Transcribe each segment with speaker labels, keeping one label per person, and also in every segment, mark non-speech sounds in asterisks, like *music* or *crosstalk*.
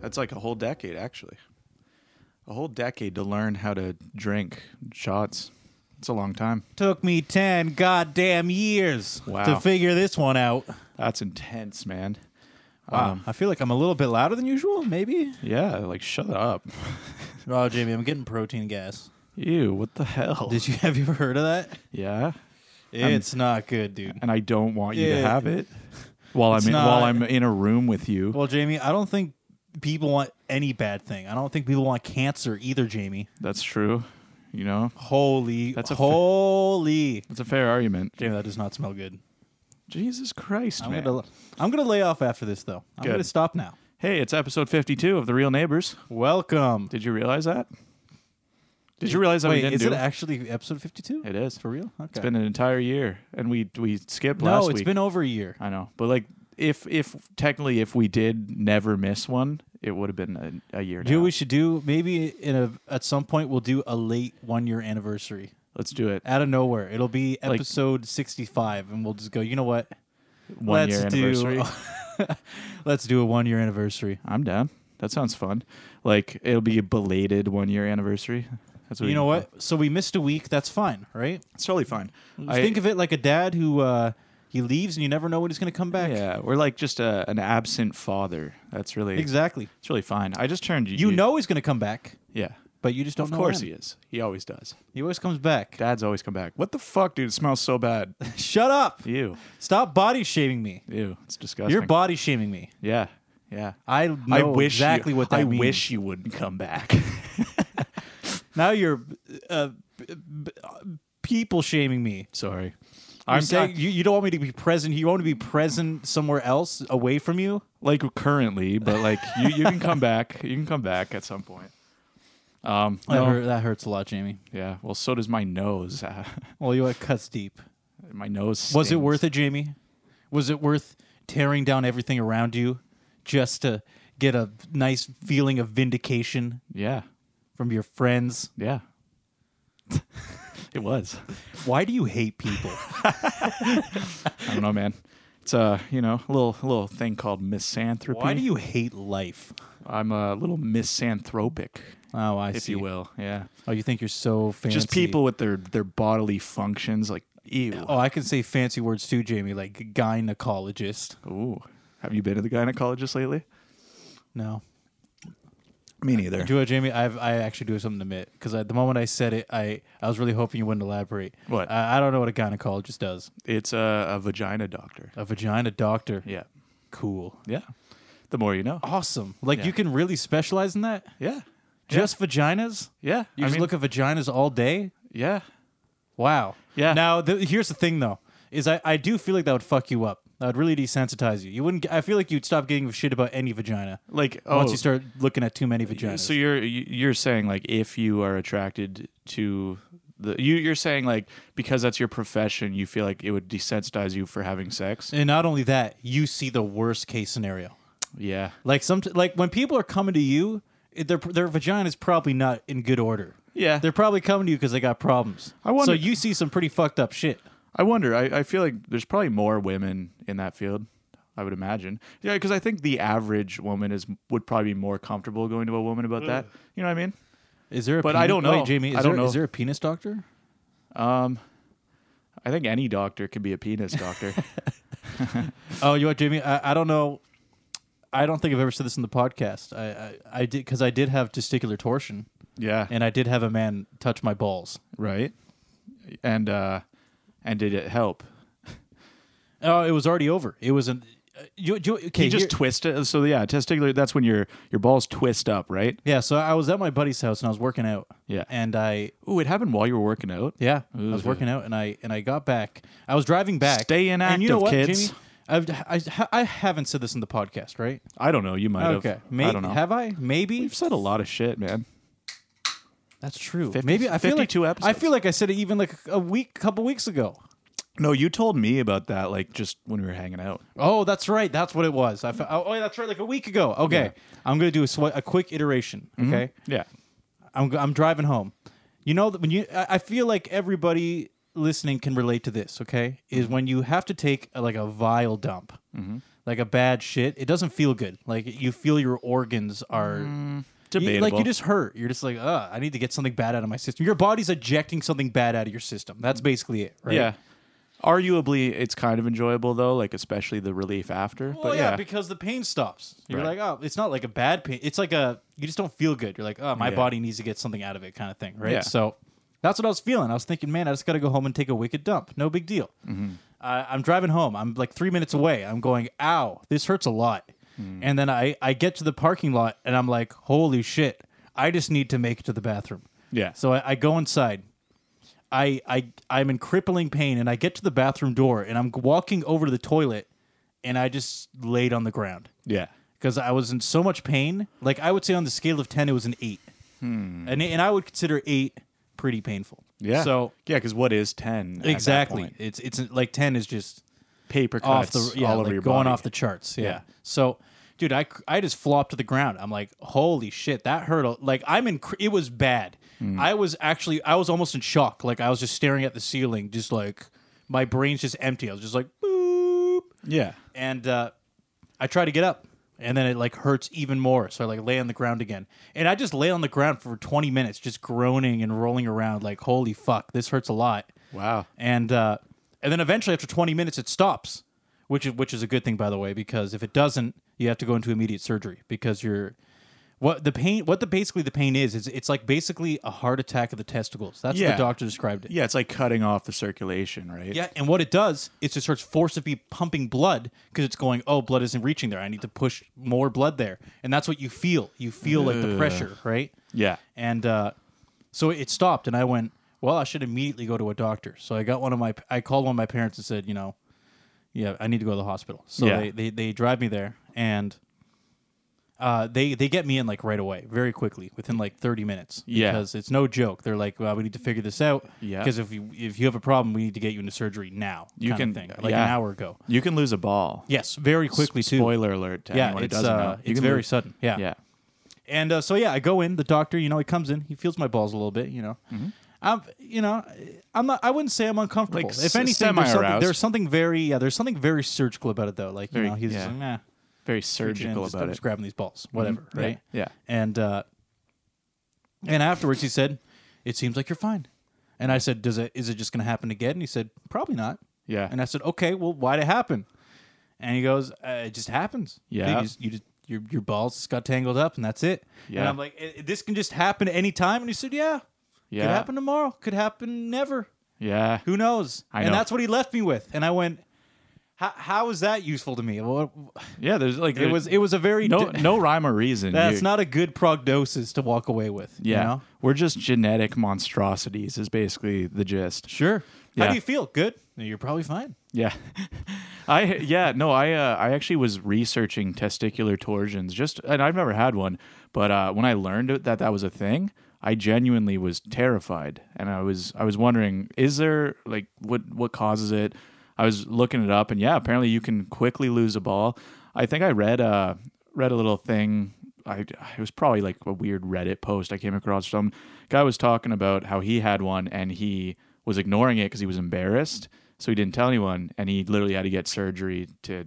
Speaker 1: That's like a whole decade, actually. A whole decade to learn how to drink shots. It's a long time.
Speaker 2: Took me 10 goddamn years
Speaker 1: Wow.
Speaker 2: to figure this one out.
Speaker 1: That's intense, man.
Speaker 2: Wow. I feel like I'm a little bit louder than usual, maybe.
Speaker 1: Yeah, like shut up.
Speaker 2: Oh, Jamie, I'm getting protein gas.
Speaker 1: Ew, what the hell?
Speaker 2: Did you *laughs* have you ever heard of that?
Speaker 1: yeah,
Speaker 2: It's not good, dude.
Speaker 1: and I don't want you to
Speaker 2: Yeah.
Speaker 1: have it while
Speaker 2: It's
Speaker 1: I'm in, while
Speaker 2: not-
Speaker 1: I'm in a room with you.
Speaker 2: Well, Jamie, I don't think people want any bad thing. I don't think people want cancer either, Jamie.
Speaker 1: That's true. You know,
Speaker 2: Holy,
Speaker 1: That's
Speaker 2: that's
Speaker 1: a
Speaker 2: a
Speaker 1: fa-
Speaker 2: holy.
Speaker 1: it's a fair argument.
Speaker 2: Jamie, that does not smell good.
Speaker 1: Jesus Christ,
Speaker 2: I'm
Speaker 1: man.
Speaker 2: gonna, I'm gonna lay off after this though. I'm
Speaker 1: Good.
Speaker 2: gonna stop now.
Speaker 1: Hey, it's episode 52 of The Real Neighbors.
Speaker 2: Welcome.
Speaker 1: Did you realize that? Did you realize that
Speaker 2: Wait,
Speaker 1: we didn't
Speaker 2: is
Speaker 1: do
Speaker 2: it actually episode 52?
Speaker 1: It is.
Speaker 2: for real? Okay.
Speaker 1: It's been an entire year, and we we skipped
Speaker 2: no,
Speaker 1: last
Speaker 2: it's
Speaker 1: week.
Speaker 2: been over a year.
Speaker 1: I know, but like if if technically if we did never miss one, it would have been a, a year.
Speaker 2: Do
Speaker 1: now.
Speaker 2: what we should do maybe in a at some point we'll do a late one year anniversary
Speaker 1: Let's do it.
Speaker 2: out of nowhere. It'll be episode 65, and we'll just go. You know what?
Speaker 1: One
Speaker 2: let's
Speaker 1: year anniversary. *laughs*
Speaker 2: do. *laughs* let's do a one year anniversary.
Speaker 1: I'm down. That sounds fun. Like it'll be a belated one year anniversary. That's what
Speaker 2: You
Speaker 1: we
Speaker 2: know
Speaker 1: can call
Speaker 2: what? So we missed a week. That's fine, right?
Speaker 1: it. It's totally fine. I
Speaker 2: Think of it like a dad who uh, he leaves and you never know when he's going to come
Speaker 1: *laughs*
Speaker 2: back.
Speaker 1: yeah, we're like just a, an absent father. That's really
Speaker 2: Exactly.
Speaker 1: It's really fine. I just turned
Speaker 2: You know he's going to come back,
Speaker 1: Yeah.
Speaker 2: but you just don't
Speaker 1: Of
Speaker 2: know.
Speaker 1: course
Speaker 2: when.
Speaker 1: he is. He always does.
Speaker 2: He always comes
Speaker 1: *laughs*
Speaker 2: back.
Speaker 1: Dad's always come back. What the fuck, dude? It smells so *laughs* bad.
Speaker 2: Shut up.
Speaker 1: Ew.
Speaker 2: Stop body shaming me.
Speaker 1: Ew. It's disgusting.
Speaker 2: You're body shaming me.
Speaker 1: Yeah. Yeah.
Speaker 2: I know
Speaker 1: I wish
Speaker 2: exactly
Speaker 1: you,
Speaker 2: what that
Speaker 1: I
Speaker 2: means.
Speaker 1: wish you wouldn't come back. *laughs*
Speaker 2: Now you're uh, b- b- people shaming me.
Speaker 1: Sorry.
Speaker 2: You're
Speaker 1: I'm
Speaker 2: saying
Speaker 1: saying
Speaker 2: you, you don't want me to be present. You want me to be present somewhere else away from you.
Speaker 1: like currently, but like you, you can come back. You can come back at some point. Um
Speaker 2: That,
Speaker 1: no.
Speaker 2: hurt- that hurts a lot, Jamie.
Speaker 1: yeah, well so does my nose. *laughs*
Speaker 2: Well, you know, it cuts deep.
Speaker 1: my nose
Speaker 2: Was it
Speaker 1: stings.
Speaker 2: worth it, Jamie? Was it worth tearing down everything around you just to get a nice feeling of vindication
Speaker 1: Yeah.
Speaker 2: from your friends?
Speaker 1: Yeah. *laughs* it was.
Speaker 2: Why do you hate *laughs* people?
Speaker 1: I don't know, man. It's a, you know, a little little thing called misanthropy.
Speaker 2: Why do you hate life?
Speaker 1: I'm a little misanthropic,
Speaker 2: Oh, I
Speaker 1: if
Speaker 2: see.
Speaker 1: you will. Yeah.
Speaker 2: Oh, you think you're so fancy?
Speaker 1: Just people with their their bodily functions like ew.
Speaker 2: Oh, I can say fancy words too, Jamie, like gynecologist.
Speaker 1: Ooh. Have you been to the gynecologist lately?
Speaker 2: No.
Speaker 1: Me neither.
Speaker 2: Do you know, Jamie? I've, I actually do have something to admit because the moment I said it, I, I was really hoping you wouldn't elaborate.
Speaker 1: What?
Speaker 2: I, I don't know what a gynecologist does.
Speaker 1: It's a, a vagina doctor.
Speaker 2: A vagina doctor.
Speaker 1: Yeah.
Speaker 2: Cool.
Speaker 1: Yeah. The more you know.
Speaker 2: Awesome. Like
Speaker 1: Yeah.
Speaker 2: you can really specialize in that?
Speaker 1: Yeah.
Speaker 2: Just vaginas?
Speaker 1: Yeah.
Speaker 2: You
Speaker 1: I mean,
Speaker 2: just look at vaginas all day?
Speaker 1: yeah.
Speaker 2: Wow.
Speaker 1: Yeah.
Speaker 2: Now, th- here's the thing though, is I, I do feel like that would fuck you up. That would really desensitize you. You wouldn't. g- I feel like you'd stop giving a shit about any vagina
Speaker 1: Like oh, Uh,
Speaker 2: once you start looking at too many vaginas.
Speaker 1: So you're you- you're saying like if you are attracted to the you you're saying like because that's your profession, you feel like it would desensitize you for having sex.
Speaker 2: and not only that, you see the worst case scenario.
Speaker 1: Yeah.
Speaker 2: Like some, like when people are coming to you, it- their their vagina is probably not in good order.
Speaker 1: Yeah.
Speaker 2: They're probably coming to you because they got problems.
Speaker 1: I wonder-
Speaker 2: So you see some pretty fucked up shit.
Speaker 1: I wonder. I, I feel like there's probably more women in that field. I would imagine. Yeah, because I think the average woman is would probably be more comfortable going to a woman about that. You know what I mean?
Speaker 2: Is there? A
Speaker 1: But I
Speaker 2: peni-
Speaker 1: don't know.
Speaker 2: Wait, Jamie, is
Speaker 1: I don't
Speaker 2: there-
Speaker 1: know.
Speaker 2: Is there a penis doctor?
Speaker 1: I think any doctor could be a penis
Speaker 2: *laughs*
Speaker 1: doctor.
Speaker 2: Oh, you know, what, Jamie, I, I don't know. I don't think I've ever said this in the podcast. I I, I did because I did have testicular torsion,
Speaker 1: yeah.
Speaker 2: and I did have a man touch my balls.
Speaker 1: right. And uh and did it help?
Speaker 2: Oh, it was already over. It was an. Uh, you, you, okay,
Speaker 1: He just
Speaker 2: here-
Speaker 1: twist it. So yeah, testicular. That's when your your balls twist up, right?
Speaker 2: yeah. So I was at my buddy's house and I was working out.
Speaker 1: Yeah.
Speaker 2: And I
Speaker 1: Ooh, it happened while you were working out.
Speaker 2: Yeah, I was working out and I and I got back. I was driving back.
Speaker 1: Stay
Speaker 2: and you know
Speaker 1: inactive,
Speaker 2: what,
Speaker 1: kids.
Speaker 2: Jamie? I've, I I haven't said this in the podcast, right?
Speaker 1: I don't know. You might
Speaker 2: okay,
Speaker 1: have.
Speaker 2: maybe
Speaker 1: I don't know.
Speaker 2: have I? Maybe
Speaker 1: You've said a lot of shit, man.
Speaker 2: that's true.
Speaker 1: 50
Speaker 2: maybe I feel like
Speaker 1: 52 episodes.
Speaker 2: I feel like I said it even like a week, couple weeks ago.
Speaker 1: No, you told me about that like just when we were hanging out.
Speaker 2: Oh, that's right. That's what it was. I fe- oh, yeah, that's right. Like a week ago. Okay, I'm gonna do a, swi a quick iteration.
Speaker 1: Mm-hmm.
Speaker 2: Okay,
Speaker 1: Yeah.
Speaker 2: I'm I'm driving home. You know that when you I I feel like everybody
Speaker 1: Mm-hmm.
Speaker 2: uh, listening can relate to this. Okay, is when you have to take a, like a vile dump. like a bad shit, it doesn't feel good. Like you feel your organs are you-
Speaker 1: Mm, Debatable.
Speaker 2: like you just hurt. You're just like, uh, I need to get something bad out of my system. Your body's ejecting something bad out of your system. That's basically it, right?
Speaker 1: Mm. yeah. Arguably, it's kind of enjoyable though, like especially the relief after.
Speaker 2: Well,
Speaker 1: but
Speaker 2: yeah.
Speaker 1: yeah,
Speaker 2: because the pain stops. You're
Speaker 1: Right.
Speaker 2: like, oh, it's not like a bad pain. It's like a you just don't feel good. You're like, oh, my
Speaker 1: Yeah.
Speaker 2: body needs to get something out of it, kind of thing, right?
Speaker 1: Yeah.
Speaker 2: So that's what I was feeling. I was thinking, man, I just got to go home and take a wicked dump. No big deal.
Speaker 1: Mm-hmm.
Speaker 2: I- I'm driving home. I'm like three minutes away. I'm going, ow, this hurts a lot.
Speaker 1: Mm.
Speaker 2: And then I I get to the parking lot and I'm like, holy shit, I just need to make it to the bathroom.
Speaker 1: Yeah.
Speaker 2: So I, I go inside. I, I I'm in crippling pain, and I get to the bathroom door, and I'm walking over to the toilet, and I just laid on the ground
Speaker 1: yeah,
Speaker 2: because I was in so much pain. Like I would say on the scale of ten, it was an eight, and and I would consider eight pretty painful.
Speaker 1: Hmm. yeah.
Speaker 2: So
Speaker 1: yeah, because what is ten? at that
Speaker 2: exactly,
Speaker 1: point?
Speaker 2: it's it's like ten is just
Speaker 1: paper
Speaker 2: off
Speaker 1: cuts
Speaker 2: the yeah,
Speaker 1: all
Speaker 2: like
Speaker 1: over your
Speaker 2: going
Speaker 1: body.
Speaker 2: off the charts. Yeah.
Speaker 1: Yeah.
Speaker 2: So, dude, I I just flopped to the ground. I'm like, holy shit, that hurt. a- Like I'm in. cr- It was bad.
Speaker 1: Mm.
Speaker 2: I was actually I was almost in shock. Like I was just staring at the ceiling, just like my brain's just empty. I was just like boop,
Speaker 1: yeah,
Speaker 2: and uh, I try to get up. And then it like hurts even more, so I like lay on the ground again, and I just lay on the ground for 20 minutes, just groaning and rolling around, like holy fuck, this hurts a lot
Speaker 1: wow,
Speaker 2: and uh, and then eventually after 20 minutes it stops which is which is a good thing by the way because if it doesn't you have to go into immediate surgery because you're what the pain what the basically the pain is is it's like basically a heart attack of the testicles that's what
Speaker 1: Yeah.
Speaker 2: the doctor described it
Speaker 1: yeah, it's like cutting off the circulation, right?
Speaker 2: yeah and what it does is it starts forcibly pumping blood because it's going oh blood isn't reaching there i need to push more blood there and that's what you feel you feel like the
Speaker 1: Ugh.
Speaker 2: pressure right
Speaker 1: yeah,
Speaker 2: and uh, so it stopped, and I went, well, I should immediately go to a doctor. So I got one of my, I called one of my parents and said, you know, yeah, I need to go to the hospital. So
Speaker 1: Yeah.
Speaker 2: they, they, they drive me there, and uh, they they get me in like right away, very quickly, within like thirty minutes.
Speaker 1: Yeah.
Speaker 2: because it's no joke. They're like, well, we need to figure this out.
Speaker 1: Yeah.
Speaker 2: because if you if you have a problem, we need to get you into surgery now.
Speaker 1: You
Speaker 2: kind of
Speaker 1: can-
Speaker 2: thing like
Speaker 1: yeah.
Speaker 2: an hour ago.
Speaker 1: You can lose a ball.
Speaker 2: Yes, very quickly too.
Speaker 1: Spoiler alert to
Speaker 2: yeah,
Speaker 1: anyone who
Speaker 2: it's
Speaker 1: doesn't
Speaker 2: uh,
Speaker 1: know. You
Speaker 2: it's
Speaker 1: can
Speaker 2: very
Speaker 1: lose-
Speaker 2: sudden.
Speaker 1: Yeah,
Speaker 2: And uh, so yeah, I go in. The doctor, you know, he comes in. He feels my balls a little bit. You know,
Speaker 1: Mm-hmm.
Speaker 2: I'm, you know, I'm not. I wouldn't say I'm uncomfortable.
Speaker 1: Like,
Speaker 2: if
Speaker 1: s-
Speaker 2: anything, there's something,
Speaker 1: semi-aroused.
Speaker 2: there's something very, yeah, there's something very surgical about it though. Like you
Speaker 1: Very-
Speaker 2: know, he's
Speaker 1: yeah.
Speaker 2: just like, nah,
Speaker 1: very
Speaker 2: reach in,
Speaker 1: surgical
Speaker 2: just,
Speaker 1: about it.
Speaker 2: just
Speaker 1: Mm-hmm.
Speaker 2: grabbing these balls, whatever,
Speaker 1: Yeah.
Speaker 2: right?
Speaker 1: Yeah.
Speaker 2: And uh, and afterwards, he said, "It seems like you're fine." And I said, "Does it? Is it just going to happen again?" And he said, "Probably not."
Speaker 1: Yeah.
Speaker 2: And I said, "Okay, well, why'd it happen?" And he goes, uh, "It just happens.
Speaker 1: Yeah.
Speaker 2: They just- you just." Your, your balls just got tangled up and that's it. And
Speaker 1: Yeah.
Speaker 2: I'm like, "I- this can just happen anytime. And he said, yeah,
Speaker 1: Yeah.
Speaker 2: could happen tomorrow, could happen never.
Speaker 1: Yeah.
Speaker 2: Who knows?
Speaker 1: I
Speaker 2: And
Speaker 1: know.
Speaker 2: that's what he left me with. And I went, how, how is that useful to me? What-
Speaker 1: Yeah, there's like
Speaker 2: It was it was a very
Speaker 1: no
Speaker 2: di-
Speaker 1: no rhyme or reason.
Speaker 2: that's
Speaker 1: You-
Speaker 2: not a good prognosis to walk away with.
Speaker 1: Yeah.
Speaker 2: You know?
Speaker 1: We're just genetic monstrosities is basically the gist.
Speaker 2: Sure. How
Speaker 1: Yeah.
Speaker 2: do you feel? Good. You're probably fine.
Speaker 1: Yeah. I yeah, no, I uh, I actually was researching testicular torsions just and I've never had one, but uh, when I learned it- that that was a thing, I genuinely was terrified and I was I was wondering is there like what what causes it? I was looking it up and yeah, apparently you can quickly lose a ball. I think I read uh read a little thing I, it was probably like a weird Reddit post I came across. Some guy was talking about how he had one and he was ignoring it because he was embarrassed, so he didn't tell anyone, and he literally had to get surgery to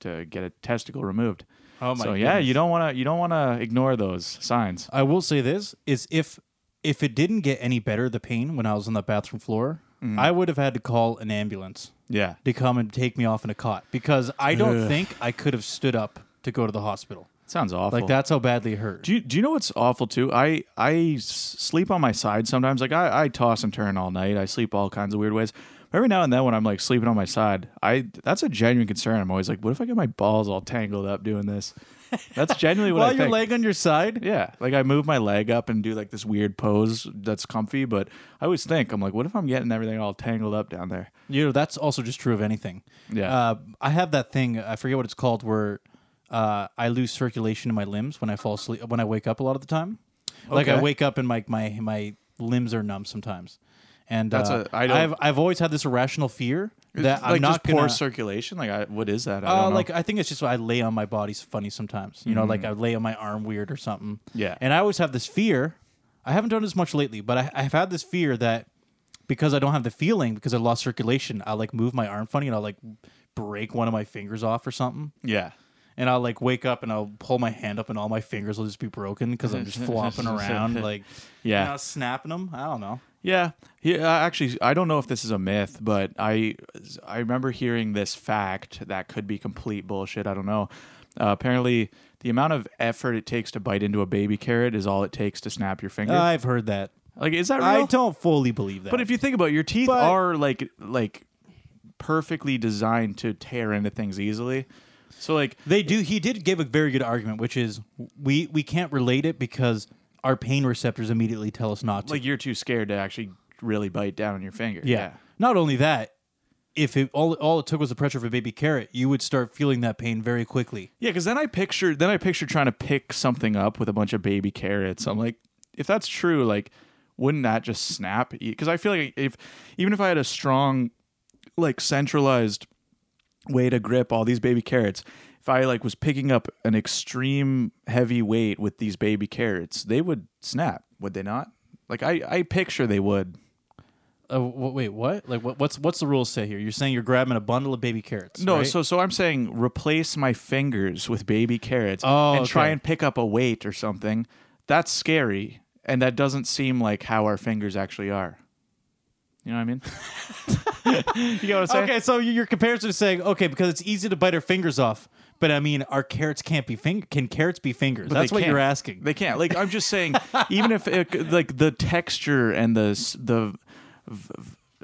Speaker 1: to get a testicle removed.
Speaker 2: Oh my
Speaker 1: So yeah,
Speaker 2: goodness.
Speaker 1: you don't want to you don't want to ignore those signs.
Speaker 2: I will say this is if if it didn't get any better the pain when I was on the bathroom floor,
Speaker 1: Mm.
Speaker 2: I would have had to call an ambulance
Speaker 1: Yeah,
Speaker 2: to come and take me off in a cot because I don't
Speaker 1: Ugh.
Speaker 2: think I could have stood up to go to the hospital.
Speaker 1: sounds awful.
Speaker 2: Like that's how badly it hurt.
Speaker 1: Do you, do you know what's awful too? I I s- sleep on my side sometimes. Like I, I toss and turn all night. I sleep all kinds of weird ways. Every now and then when I'm like sleeping on my side, I that's a genuine concern. I'm always like, what if I get my balls all tangled up doing this? That's genuinely what
Speaker 2: While
Speaker 1: I
Speaker 2: you're
Speaker 1: think.
Speaker 2: laying on your side,
Speaker 1: yeah, like I move my leg up and do like this weird pose that's comfy, but I always think I'm like, what if I'm getting everything all tangled up down there?
Speaker 2: You know, that's also just true of anything.
Speaker 1: Yeah.
Speaker 2: Uh, I have that thing. I forget what it's called, where uh, I lose circulation in my limbs when I fall asleep. When I wake up, a lot of the time, like I
Speaker 1: Okay.
Speaker 2: wake up and my my my limbs are numb sometimes. And
Speaker 1: That's
Speaker 2: uh,
Speaker 1: a- I don't-
Speaker 2: I've I've always had this irrational fear that
Speaker 1: like
Speaker 2: I'm not
Speaker 1: just poor
Speaker 2: gonna.
Speaker 1: circulation. Like I, what is that? I
Speaker 2: uh,
Speaker 1: don't know.
Speaker 2: like I think it's just I lay on my body's funny sometimes. You know, like I lay on my arm weird or something.
Speaker 1: Mm-hmm. Yeah.
Speaker 2: And I always have this fear. I haven't done it as much lately, but I, I've had this fear that because I don't have the feeling because I lost circulation, I will like move my arm funny and I'll like break one of my fingers off or something.
Speaker 1: Yeah.
Speaker 2: And I'll like wake up and I'll pull my hand up and all my fingers will just be broken because I'm just
Speaker 1: *laughs*
Speaker 2: flopping around, like
Speaker 1: Yeah.
Speaker 2: you know, snapping them. I don't know.
Speaker 1: Yeah, he, uh, actually, I don't know if this is a myth, but I I remember hearing this fact that could be complete bullshit. I don't know. Uh, apparently, the amount of effort it takes to bite into a baby carrot is all it takes to snap your finger.
Speaker 2: I've heard that.
Speaker 1: like, is that real?
Speaker 2: Uh, I don't fully believe that.
Speaker 1: but if you think about it, your teeth
Speaker 2: But-
Speaker 1: are like like perfectly designed to tear into things easily. So like,
Speaker 2: They do. He did give a very good argument, which is we we can't relate it because our pain receptors immediately tell us not to.
Speaker 1: like you're too scared to actually really bite down on your finger.
Speaker 2: yeah. Not only that, if it all all it took was the pressure of a baby carrot, you would start feeling that pain very quickly.
Speaker 1: Yeah, because then I picture then I picture trying to pick something up with a bunch of baby carrots. I'm like, if that's true, like, wouldn't that just snap? Because I feel like if even if I had a strong, like, centralized way to grip all these baby carrots, if I like was picking up an extreme heavy weight with these baby carrots, they would snap, would they not? Like, I I picture they would.
Speaker 2: Uh, w- wait, what? Like, what, what's what's the rules say here? You're saying you're grabbing a bundle of baby carrots?
Speaker 1: No,
Speaker 2: right?
Speaker 1: so so I'm saying replace my fingers with baby carrots
Speaker 2: Oh,
Speaker 1: and try
Speaker 2: okay.
Speaker 1: and pick up a weight or something. That's scary, and that doesn't seem like how our fingers actually are. You know what I mean? you know what I'm saying?
Speaker 2: okay. So you- your comparison is saying okay because it's easy to bite our fingers off, but I mean our carrots can't be finger. Can carrots be fingers?
Speaker 1: But they
Speaker 2: That's what
Speaker 1: can't.
Speaker 2: you're asking.
Speaker 1: They can't. Like I'm just saying, even if it, like the texture and the s- the v-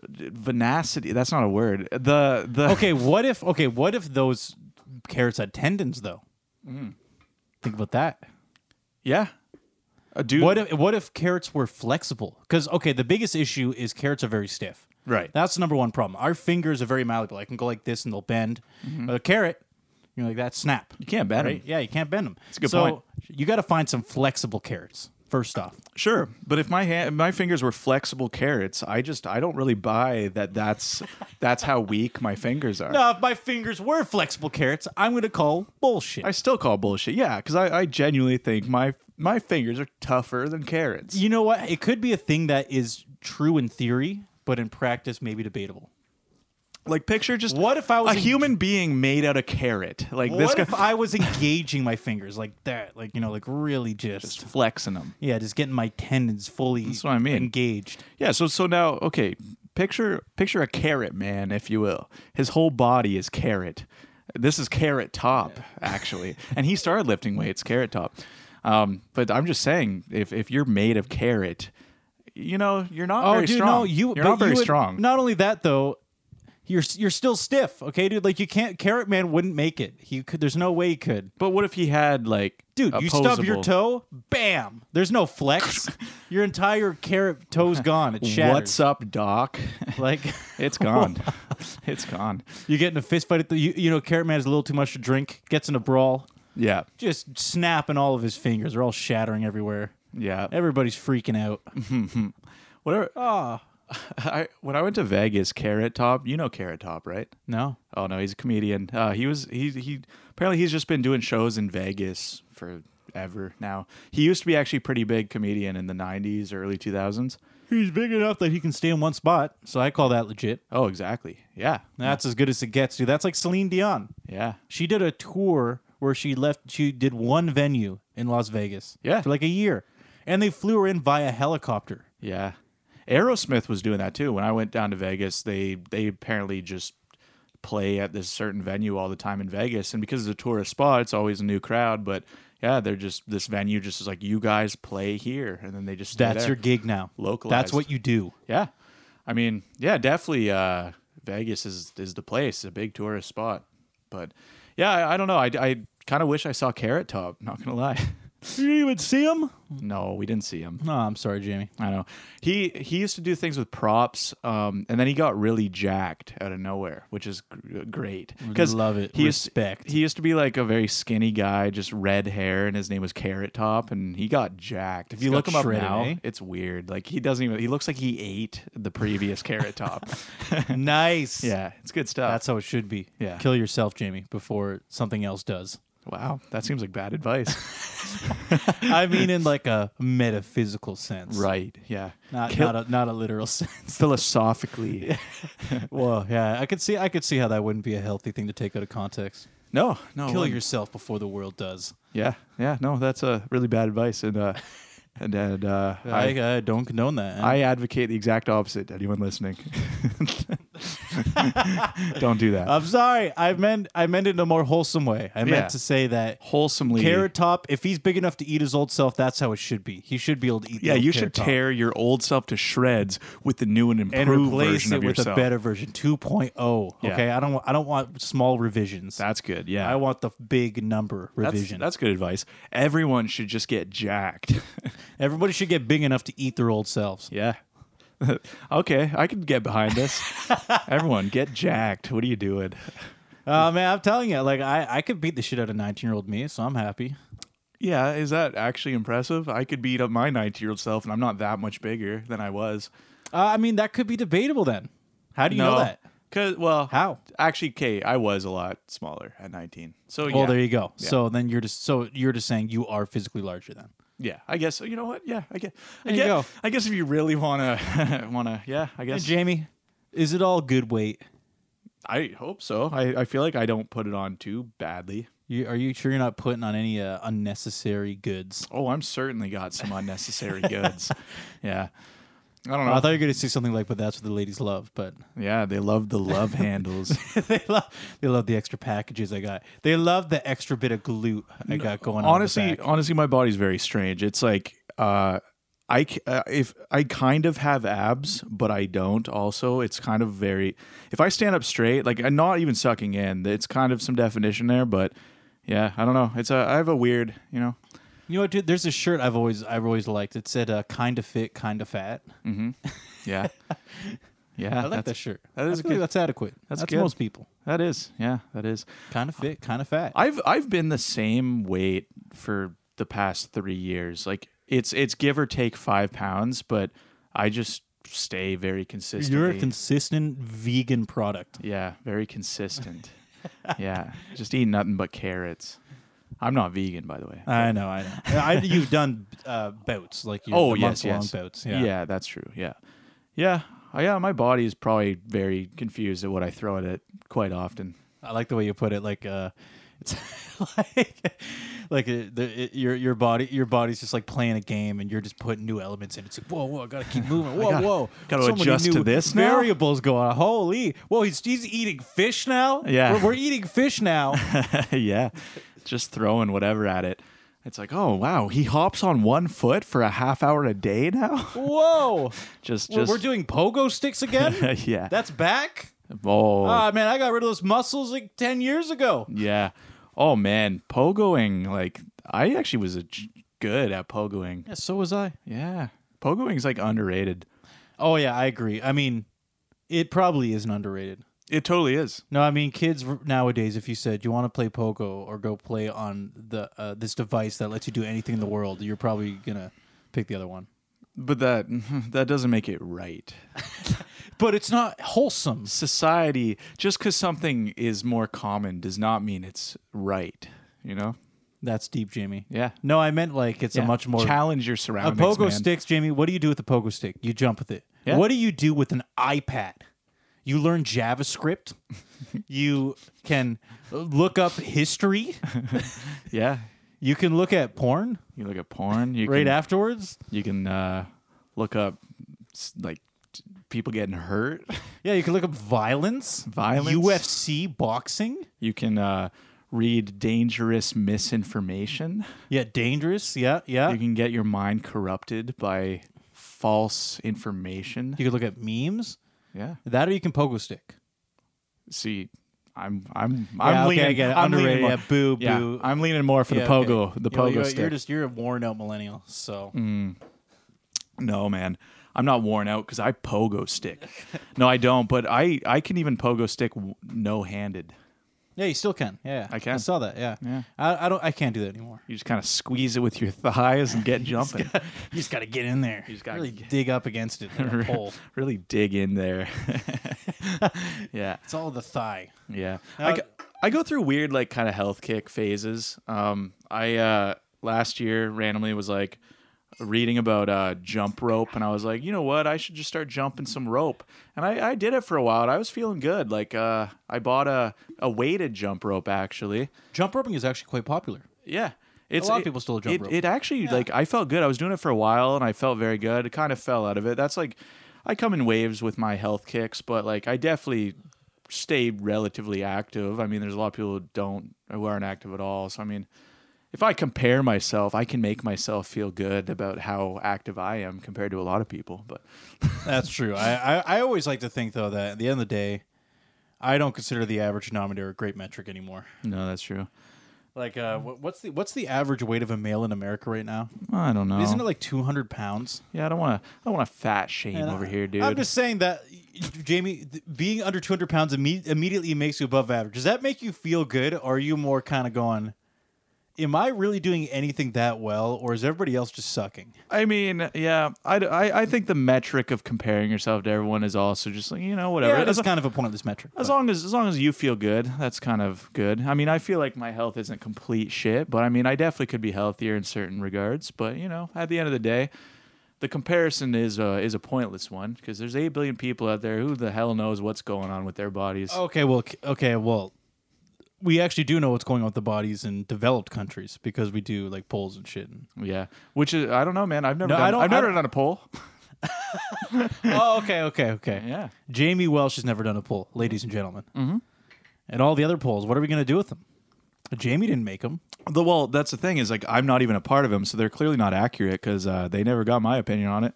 Speaker 1: v- venacity that's not a word. The the
Speaker 2: okay, what if okay, what if those carrots had tendons though? Mm. Think about that.
Speaker 1: yeah, a dude.
Speaker 2: What if what if carrots were flexible? Because okay, the biggest issue is carrots are very stiff.
Speaker 1: Right.
Speaker 2: That's the number one problem. Our fingers are very malleable. I can go like this and they'll bend. But a carrot, you know, like that snap.
Speaker 1: you can't bet 'em.
Speaker 2: Mm-hmm. Right? Yeah, you can't bend them. That's
Speaker 1: a good
Speaker 2: so
Speaker 1: point.
Speaker 2: you got to find some flexible carrots first off.
Speaker 1: Sure, but if my hand, my fingers were flexible carrots, I just I don't really buy that. That's that's how weak my fingers are.
Speaker 2: Now, Uh, if my fingers were flexible carrots, I'm going to call bullshit.
Speaker 1: I still call bullshit. Yeah, because I, I genuinely think my my fingers are tougher than carrots.
Speaker 2: You know what? It could be a thing that is true in theory, but in practice, maybe debatable.
Speaker 1: Like picture just
Speaker 2: What if I was
Speaker 1: a
Speaker 2: in-
Speaker 1: human being made out of carrot? Like this
Speaker 2: What
Speaker 1: guy
Speaker 2: if I was engaging my fingers like that? Like, you know, like really just.
Speaker 1: flexing them.
Speaker 2: yeah, just getting my tendons fully That's
Speaker 1: what I mean.
Speaker 2: engaged.
Speaker 1: Yeah. So so now okay, picture picture a carrot man, if you will. His whole body is carrot. This is carrot top
Speaker 2: *laughs*
Speaker 1: actually, and he started lifting weights, carrot top. Um, but I'm just saying, if if you're made of carrot, you know you're not very strong.
Speaker 2: Oh, no, you
Speaker 1: you're
Speaker 2: but
Speaker 1: not very
Speaker 2: you would-
Speaker 1: strong.
Speaker 2: Not only that though, you're you're still stiff, okay, dude? Like you can't Carrot Man wouldn't make it. He could there's no way he could.
Speaker 1: But what if he had like
Speaker 2: Dude,
Speaker 1: a
Speaker 2: you stub your
Speaker 1: posable-
Speaker 2: toe, bam. There's no *laughs* flex. your entire carrot toe's gone. It shatters.
Speaker 1: What's up, Doc? *laughs*
Speaker 2: *laughs* like
Speaker 1: It's
Speaker 2: *laughs*
Speaker 1: gone. *laughs* it's gone.
Speaker 2: You get in a fist fight at the you, you know Carrot Man has a little too much to drink, gets in a brawl,
Speaker 1: Yeah.
Speaker 2: just snapping all of his fingers. They're all shattering everywhere.
Speaker 1: Yeah.
Speaker 2: Everybody's freaking out.
Speaker 1: Whatever.
Speaker 2: Ah,
Speaker 1: *laughs* I when I went to Vegas, Carrot Top, you know Carrot Top, right?
Speaker 2: no.
Speaker 1: Oh *laughs* no, he's a comedian. Uh, he was he he apparently he's just been doing shows in Vegas forever now. He used to be actually pretty big comedian in the '90s, early 2000s.
Speaker 2: He's big enough that he can stay in one spot, so I call that legit.
Speaker 1: Oh, exactly. Yeah,
Speaker 2: That's as good as it gets, dude. That's like Celine Dion.
Speaker 1: yeah,
Speaker 2: She did a tour where she left she did one venue in Las Vegas.
Speaker 1: Yeah.
Speaker 2: For like a year. And they flew her in via helicopter.
Speaker 1: yeah. Aerosmith was doing that too. When I went down to Vegas, they they apparently just play at this certain venue all the time in Vegas, and because it's a tourist spot, it's always a new crowd. But yeah, they're just this venue just is like you guys play here, and then they just stay
Speaker 2: That's
Speaker 1: there.
Speaker 2: your gig now. That's
Speaker 1: Localized.
Speaker 2: what you do.
Speaker 1: Yeah. I mean, yeah, definitely uh Vegas is is the place, a big tourist spot. But yeah, I, I don't know. I, I kind of wish I saw Carrot Top, not going to lie. *laughs*
Speaker 2: You didn't even see him?
Speaker 1: no, we didn't see him.
Speaker 2: No, I'm
Speaker 1: *laughs*
Speaker 2: sorry, Jamie.
Speaker 1: I know. He he used to do things with props um and then he got really jacked out of nowhere, which is gr- uh, great.
Speaker 2: Love it.
Speaker 1: He
Speaker 2: Respect.
Speaker 1: Used, he used to be like a very skinny guy, just red hair and his name was Carrot Top and he got jacked. If you
Speaker 2: got
Speaker 1: look him up
Speaker 2: shredded,
Speaker 1: now,
Speaker 2: eh?
Speaker 1: it's weird. Like he doesn't even he looks like he ate the previous Carrot
Speaker 2: *laughs*
Speaker 1: Top. *laughs*
Speaker 2: nice.
Speaker 1: Yeah, it's good stuff.
Speaker 2: That's how it should be.
Speaker 1: Yeah.
Speaker 2: Kill yourself, Jamie, before something else does.
Speaker 1: Wow, that seems like bad advice.
Speaker 2: *laughs* I mean, in like a metaphysical sense,
Speaker 1: right? Yeah.
Speaker 2: Not
Speaker 1: Kill-
Speaker 2: not a, not a literal *laughs* sense.
Speaker 1: *laughs*
Speaker 2: *laughs*
Speaker 1: philosophically.
Speaker 2: Well, yeah, I could see I could see how that wouldn't be a healthy thing to take out of context.
Speaker 1: No, no.
Speaker 2: Kill
Speaker 1: one-
Speaker 2: yourself before the world does.
Speaker 1: Yeah, yeah. No, that's a uh, really bad advice, and *laughs* uh, and and uh,
Speaker 2: I,
Speaker 1: I
Speaker 2: I don't condone that.
Speaker 1: I advocate the exact opposite. to Anyone listening, *laughs* don't do that.
Speaker 2: I'm sorry. I meant I meant it in a more wholesome way. I meant
Speaker 1: Yeah.
Speaker 2: to say that
Speaker 1: Wholesomely.
Speaker 2: Carrot Top, if he's big enough to eat his old self, that's how it should be. He should be able to eat. the
Speaker 1: yeah,
Speaker 2: old
Speaker 1: you should
Speaker 2: Carrot Top
Speaker 1: tear your old self to shreds with the new and improved
Speaker 2: and replace
Speaker 1: version
Speaker 2: it
Speaker 1: of
Speaker 2: with
Speaker 1: yourself.
Speaker 2: a better version, 2.0.
Speaker 1: Yeah.
Speaker 2: Okay, I don't wa- I don't want small revisions.
Speaker 1: that's good. Yeah,
Speaker 2: I want the big number revision.
Speaker 1: That's, that's good advice. Everyone should just get jacked.
Speaker 2: Everybody should get big enough to eat their old selves.
Speaker 1: *laughs* yeah. *laughs* okay, I can get behind this. *laughs* Everyone, get jacked. What are you doing?
Speaker 2: Oh man, I'm telling you, like I, I could beat the shit out of 19 year old me, so I'm happy.
Speaker 1: Yeah, is that actually impressive? I could beat up my 19 year old self, and I'm not that much bigger than I was.
Speaker 2: Uh, I mean, that could be debatable then. How do you know that?
Speaker 1: Cause well,
Speaker 2: How?
Speaker 1: Actually, Kate, I was a lot smaller at 19. So
Speaker 2: Well,
Speaker 1: yeah,
Speaker 2: there you go.
Speaker 1: Yeah.
Speaker 2: So then you're just so you're just saying you are physically larger then.
Speaker 1: yeah. I guess you know what? Yeah, I guess. I
Speaker 2: There you
Speaker 1: guess,
Speaker 2: go.
Speaker 1: I guess if you really wanna *laughs* wanna, yeah, I guess.
Speaker 2: Jamie, is it all good weight?
Speaker 1: I hope so. I, I feel like I don't put it on too badly.
Speaker 2: You, are you sure you're not putting on any uh, unnecessary goods?
Speaker 1: Oh, I'm certainly got some
Speaker 2: *laughs*
Speaker 1: unnecessary goods. Yeah. I don't know.
Speaker 2: I thought you were going to say something like, "But that's what the ladies love." But *laughs*
Speaker 1: yeah, they love the love handles.
Speaker 2: they love they love the extra packages I got. They love the extra bit of glute I got going. on. in the
Speaker 1: honestly,
Speaker 2: back.
Speaker 1: honestly, my body's very strange. It's like uh, I c- uh, if I kind of have abs, but I don't. Also, it's kind of very. If I stand up straight, like I'm not even sucking in, it's kind of some definition there. But yeah, I don't know. It's a I have a weird, you know.
Speaker 2: you know what, dude? There's a shirt I've always I've always liked. It said uh, "kind of fit, kind of fat." *laughs*
Speaker 1: Yeah, yeah. *laughs*
Speaker 2: I like
Speaker 1: that's-
Speaker 2: that shirt.
Speaker 1: that is
Speaker 2: I feel like
Speaker 1: good.
Speaker 2: That's adequate. That's,
Speaker 1: good.
Speaker 2: most people.
Speaker 1: That is, yeah, that is.
Speaker 2: Kind of fit, kind of fat.
Speaker 1: I've I've been the same weight for the past three years. Like it's it's give or take five pounds, but I just stay very consistent.
Speaker 2: You're a consistent vegan product.
Speaker 1: Yeah, very consistent. yeah, just eat nothing but carrots. I'm not vegan, by the way.
Speaker 2: I know, I know. I, you've done uh, bouts, like you
Speaker 1: oh
Speaker 2: the
Speaker 1: yes,
Speaker 2: month-long
Speaker 1: yes.
Speaker 2: bouts. Yeah.
Speaker 1: that's true. Yeah, yeah, I- yeah. My body is probably very confused at what I throw at it quite often. *laughs*
Speaker 2: I like the way you put it. Like, uh, it's *laughs* like, like uh, the, it, your your body your body's just like playing a game, and you're just putting new elements in. It's like, whoa, whoa, I gotta
Speaker 1: *sighs*
Speaker 2: keep moving. Whoa,
Speaker 1: gotta-
Speaker 2: whoa,
Speaker 1: gotta
Speaker 2: many
Speaker 1: adjust to
Speaker 2: new
Speaker 1: this now?
Speaker 2: variables go on. Holy, whoa, he's he's eating fish now.
Speaker 1: Yeah.
Speaker 2: we're, we're eating
Speaker 1: *laughs*
Speaker 2: fish now.
Speaker 1: yeah, just throwing whatever at it. It's like, oh wow, he hops on one foot for a half hour a day now. *laughs*
Speaker 2: whoa,
Speaker 1: just,
Speaker 2: We're-
Speaker 1: just
Speaker 2: we're doing pogo sticks again.
Speaker 1: *laughs* yeah.
Speaker 2: That's back.
Speaker 1: oh,
Speaker 2: Ah man, I got rid of those muscles like ten years ago.
Speaker 1: yeah. Oh man, pogoing. Like I actually was a j- good at pogoing.
Speaker 2: Yeah, so was I.
Speaker 1: Yeah. Pogoing's like underrated.
Speaker 2: Oh yeah, I agree. I mean, it probably isn't underrated.
Speaker 1: It totally is.
Speaker 2: No, I mean kids r- nowadays. If you said you want to play Pogo or go play on the uh, this device that lets you do anything in the world, you're probably gonna pick the other one.
Speaker 1: But that *laughs* that doesn't make it right.
Speaker 2: But it's not wholesome.
Speaker 1: Society just cuz something is more common does not mean it's right, you know?
Speaker 2: That's deep, Jamie.
Speaker 1: Yeah.
Speaker 2: No, I meant like it's a
Speaker 1: Yeah.
Speaker 2: much more
Speaker 1: challenge your
Speaker 2: a
Speaker 1: surroundings.
Speaker 2: Pogo
Speaker 1: man.
Speaker 2: sticks, Jamie. What do you do with a Pogo stick? You jump with it.
Speaker 1: Yeah.
Speaker 2: What do you do with an iPad? You learn JavaScript. *laughs* you can look up history.
Speaker 1: Yeah.
Speaker 2: You can look at porn
Speaker 1: You look at porn, you
Speaker 2: right
Speaker 1: can
Speaker 2: afterwards.
Speaker 1: you can uh, look up s- like t- people getting hurt. *laughs*
Speaker 2: Yeah, you can look up violence,
Speaker 1: Violence.
Speaker 2: UFC, boxing.
Speaker 1: You can uh, read dangerous misinformation.
Speaker 2: Yeah, dangerous. Yeah, yeah.
Speaker 1: You
Speaker 2: You,
Speaker 1: can get your mind corrupted by false information.
Speaker 2: could look at memes.
Speaker 1: Yeah.
Speaker 2: That or you can pogo stick.
Speaker 1: See, I'm I'm I'm
Speaker 2: okay,
Speaker 1: leaning
Speaker 2: I get it.
Speaker 1: I'm leaning
Speaker 2: Underrated,
Speaker 1: more-
Speaker 2: yeah, boo,
Speaker 1: yeah,
Speaker 2: boo.
Speaker 1: I'm leaning more for the
Speaker 2: Yeah, okay.
Speaker 1: pogo, the
Speaker 2: You know,
Speaker 1: pogo
Speaker 2: you're,
Speaker 1: stick. Mm.
Speaker 2: You're just you're a worn out millennial. So
Speaker 1: No, man. I'm not worn out cuz I pogo
Speaker 2: *laughs*
Speaker 1: stick. no, I don't, but I I can even pogo stick w- no-handed.
Speaker 2: yeah, you still can. Yeah,
Speaker 1: I can.
Speaker 2: I saw that. Yeah,
Speaker 1: Yeah.
Speaker 2: I, I don't. I can't do that anymore.
Speaker 1: You just kind of squeeze it with your *laughs* thighs and get jumping.
Speaker 2: You *laughs* just got to get in there. You
Speaker 1: just gotta
Speaker 2: really
Speaker 1: get-
Speaker 2: dig up against it like a
Speaker 1: *laughs*
Speaker 2: pole.
Speaker 1: really dig in there. *laughs* yeah.
Speaker 2: It's all the thigh.
Speaker 1: Yeah.
Speaker 2: Now-
Speaker 1: I, g- I go through weird like kind of health kick phases. Um, I uh, last year randomly was like reading about uh, jump rope, and I was like, you know what, I should just start jumping some rope. And I, I did it for a while. And I was feeling good. Like uh, I bought a a weighted jump rope actually.
Speaker 2: Jump roping is actually quite popular.
Speaker 1: Yeah. It's,
Speaker 2: lot of
Speaker 1: it-
Speaker 2: people still jump
Speaker 1: it,
Speaker 2: rope.
Speaker 1: It actually like I felt good. I was doing it for a while and I felt very good. It kind of fell out of it. That's like I come in waves with my health kicks, but like I definitely stay relatively active. I mean, there's a lot of people who don't who aren't active at all. So I mean, if I compare myself, I can make myself feel good about how active I am compared to a lot of people. But
Speaker 2: That's true. I, I, I always like to think though that at the end of the day, I don't consider the average denominator a great metric anymore.
Speaker 1: no, that's true.
Speaker 2: Like, uh, wh- what's the what's the average weight of a male in America right now?
Speaker 1: I don't know.
Speaker 2: Isn't it like two hundred pounds?
Speaker 1: yeah, I don't want to. I don't want to fat shame
Speaker 2: And
Speaker 1: over
Speaker 2: I-
Speaker 1: here, dude.
Speaker 2: I'm just saying that, Jamie, th- being under 200 pounds imme- immediately makes you above average. Does that make you feel good, or are you more kind of going, "Am I really doing anything that well, or is everybody else just sucking?"
Speaker 1: I mean, yeah, I, I, I think the metric of comparing yourself to everyone is also just like you know whatever.
Speaker 2: That's
Speaker 1: as,
Speaker 2: kind of a pointless metric.
Speaker 1: as
Speaker 2: but-
Speaker 1: long as as long as you feel good, that's kind of good. I mean, I feel like my health isn't complete shit, but I mean, I definitely could be healthier in certain regards. But you know, at the end of the day, the comparison is a, is a pointless one because there's eight billion people out there. Who the hell knows what's going on with their bodies?
Speaker 2: okay, well, c- okay, well, we actually do know what's going on with the bodies in developed countries because we do like polls and shit. *laughs*
Speaker 1: Yeah, which is I don't know, man. I've never
Speaker 2: No, I
Speaker 1: done,
Speaker 2: don't-
Speaker 1: I've never
Speaker 2: I don't-
Speaker 1: done a poll.
Speaker 2: oh, okay, okay, okay.
Speaker 1: Yeah.
Speaker 2: Jamie Welsh has never done a poll, ladies and gentlemen. Mm-hmm. And all the other polls, what are we going to do with them? Jamie didn't make them.
Speaker 1: The, well, that's the thing is like I'm not even a part of them, so they're clearly not accurate because uh, they never got my opinion on it.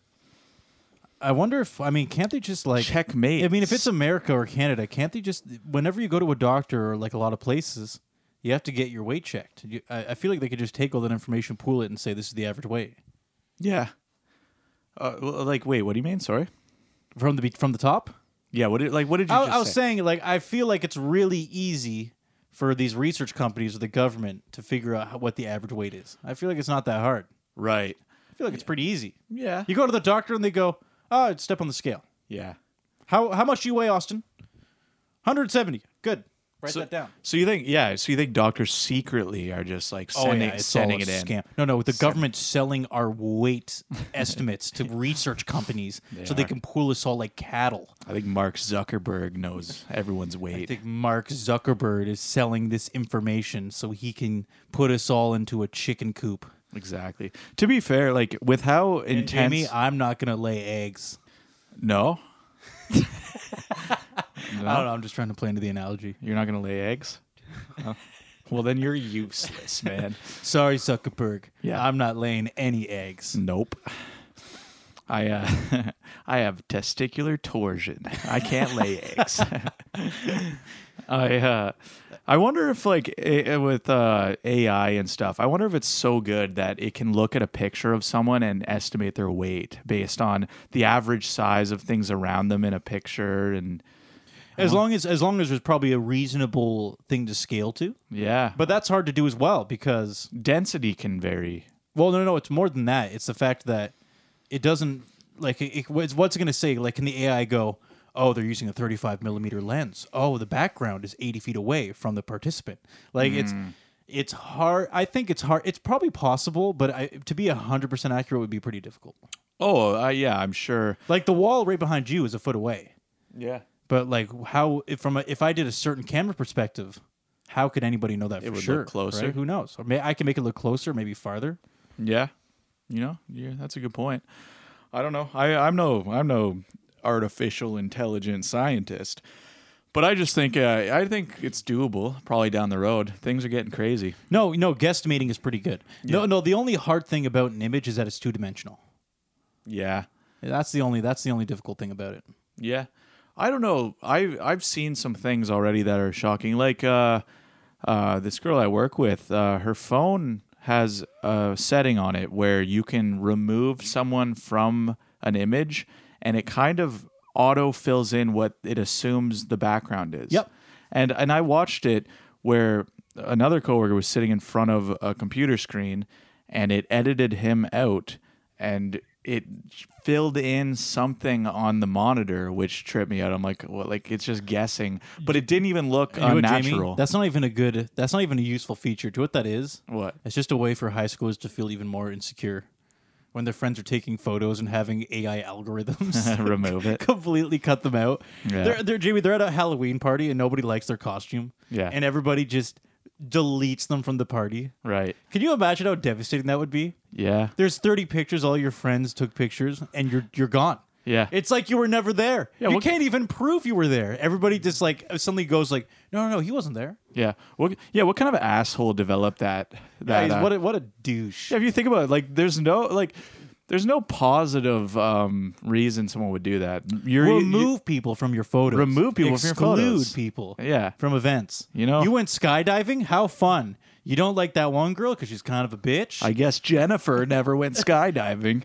Speaker 2: I wonder if I mean, can't they just like
Speaker 1: Checkmate.
Speaker 2: I mean, if it's America or Canada, can't they just whenever you go to a doctor or like a lot of places, you have to get your weight checked. You, I, I feel like they could just take all that information, pool it, and say this is the average weight
Speaker 1: yeah, uh, well, like wait, what do you mean? Sorry.
Speaker 2: from the be- from the top.
Speaker 1: Yeah, what did like what did you
Speaker 2: I,
Speaker 1: just
Speaker 2: I was
Speaker 1: say?
Speaker 2: saying like I feel like it's really easy for these research companies or the government to figure out how, what the average weight is. I feel like it's not that hard.
Speaker 1: Right.
Speaker 2: I feel like it's pretty easy.
Speaker 1: Yeah.
Speaker 2: You go to the doctor and they go, "Oh, step on the scale.
Speaker 1: Yeah.
Speaker 2: How how much do you weigh, Austin? 170. Good. Write that down."
Speaker 1: So you think yeah? So you think doctors secretly are just like
Speaker 2: Oh,
Speaker 1: sending
Speaker 2: yeah, it's
Speaker 1: sending
Speaker 2: all
Speaker 1: it
Speaker 2: a
Speaker 1: in?
Speaker 2: Scam. No, no, the government selling our
Speaker 1: *laughs*
Speaker 2: weight estimates to research companies so they
Speaker 1: are.
Speaker 2: can pool us all like cattle.
Speaker 1: I think Mark Zuckerberg knows everyone's
Speaker 2: I
Speaker 1: weight.
Speaker 2: think Mark Zuckerberg is selling this information so he can put us all into a chicken coop.
Speaker 1: exactly. To be fair, like with how
Speaker 2: And
Speaker 1: intense.
Speaker 2: Jamie, I'm not gonna lay eggs.
Speaker 1: no,
Speaker 2: I don't know. I'm just trying to play into the analogy.
Speaker 1: you're not gonna lay eggs. *laughs* Huh? well, then you're useless,
Speaker 2: *laughs*
Speaker 1: man.
Speaker 2: Sorry, Zuckerberg.
Speaker 1: Yeah.
Speaker 2: I'm not laying any eggs.
Speaker 1: Nope. I uh, *laughs* I have testicular torsion. I can't lay eggs. *laughs* I uh, I wonder if like a- with uh, AI and stuff. I wonder if it's so good that it can look at a picture of someone and estimate their weight based on the average size of things around them in a picture. And Mm-hmm.
Speaker 2: As long as as long as there's probably a reasonable thing to scale to,
Speaker 1: yeah, but
Speaker 2: but that's hard to do as well because
Speaker 1: density can vary.
Speaker 2: Well, no, no, it's more than that. It's the fact that it doesn't like it, it- what's what's it going to say? Like, can the AI go? Oh, they're using a 35 millimeter lens. Oh, the background is 80 feet away from the participant. Like, it's
Speaker 1: Hmm.
Speaker 2: it's hard. I think it's hard. It's probably possible, but I, to be 100 percent accurate would be pretty difficult.
Speaker 1: Oh uh, yeah, I'm sure.
Speaker 2: Like, the wall right behind you is a foot away,
Speaker 1: Yeah,
Speaker 2: but like, how if from a, if I did a certain camera perspective, how could anybody know that for
Speaker 1: would look
Speaker 2: sure?
Speaker 1: closer.
Speaker 2: right? Who knows? Or may, I can make it look closer, maybe farther.
Speaker 1: Yeah, you know, yeah, that's a good point. I don't know. I I'm no I'm no artificial intelligence scientist, but I just think uh, I think it's doable. Probably down the road, things are getting crazy.
Speaker 2: No, no, guesstimating is pretty good. No, no, the only hard thing about an image is that it's two dimensional.
Speaker 1: Yeah,
Speaker 2: That's the only that's the only difficult thing about it.
Speaker 1: yeah. I don't know. I I've seen some things already that are shocking. Like uh, uh, this girl I work with, uh, her phone has a setting on it where you can remove someone from an image, and it kind of auto fills in what it assumes the background is.
Speaker 2: Yep.
Speaker 1: And and I watched it where another coworker was sitting in front of a computer screen and it edited him out and it filled in something on the monitor which tripped me out. I'm like, well, like it's just guessing, but it didn't even look
Speaker 2: You know what, Jamie?
Speaker 1: unnatural.
Speaker 2: That's not even a good. That's not even a useful feature. To what that is,
Speaker 1: what?
Speaker 2: it's just a way for high schoolers to feel even more insecure when their friends are taking photos and having AI
Speaker 1: *laughs*
Speaker 2: algorithms
Speaker 1: Remove it.
Speaker 2: *laughs* completely cut them out.
Speaker 1: Yeah.
Speaker 2: They're, they're Jamie. They're at a Halloween party and nobody likes their costume.
Speaker 1: Yeah.
Speaker 2: and everybody just deletes them from the party.
Speaker 1: Right.
Speaker 2: Can you imagine how devastating that would be?
Speaker 1: Yeah.
Speaker 2: There's 30 pictures. All your friends took pictures, and you're you're gone.
Speaker 1: Yeah.
Speaker 2: It's like you were never there.
Speaker 1: Yeah,
Speaker 2: you
Speaker 1: what-
Speaker 2: can't even prove you were there. Everybody just like suddenly goes like, no, no, no, he wasn't there.
Speaker 1: Yeah. What? Yeah. What kind of asshole developed that?
Speaker 2: Yeah,
Speaker 1: That.
Speaker 2: he's-
Speaker 1: uh,
Speaker 2: what a, what a douche.
Speaker 1: Yeah, if you think about it, like there's no like there's no positive um reason someone would do that. You're you-
Speaker 2: remove people from your photos.
Speaker 1: Remove people from your
Speaker 2: Exclude
Speaker 1: photos.
Speaker 2: people.
Speaker 1: Yeah.
Speaker 2: From events.
Speaker 1: You know?
Speaker 2: You went skydiving. How fun. You don't like that one girl because she's kind of a bitch.
Speaker 1: I guess Jennifer never *laughs* went skydiving.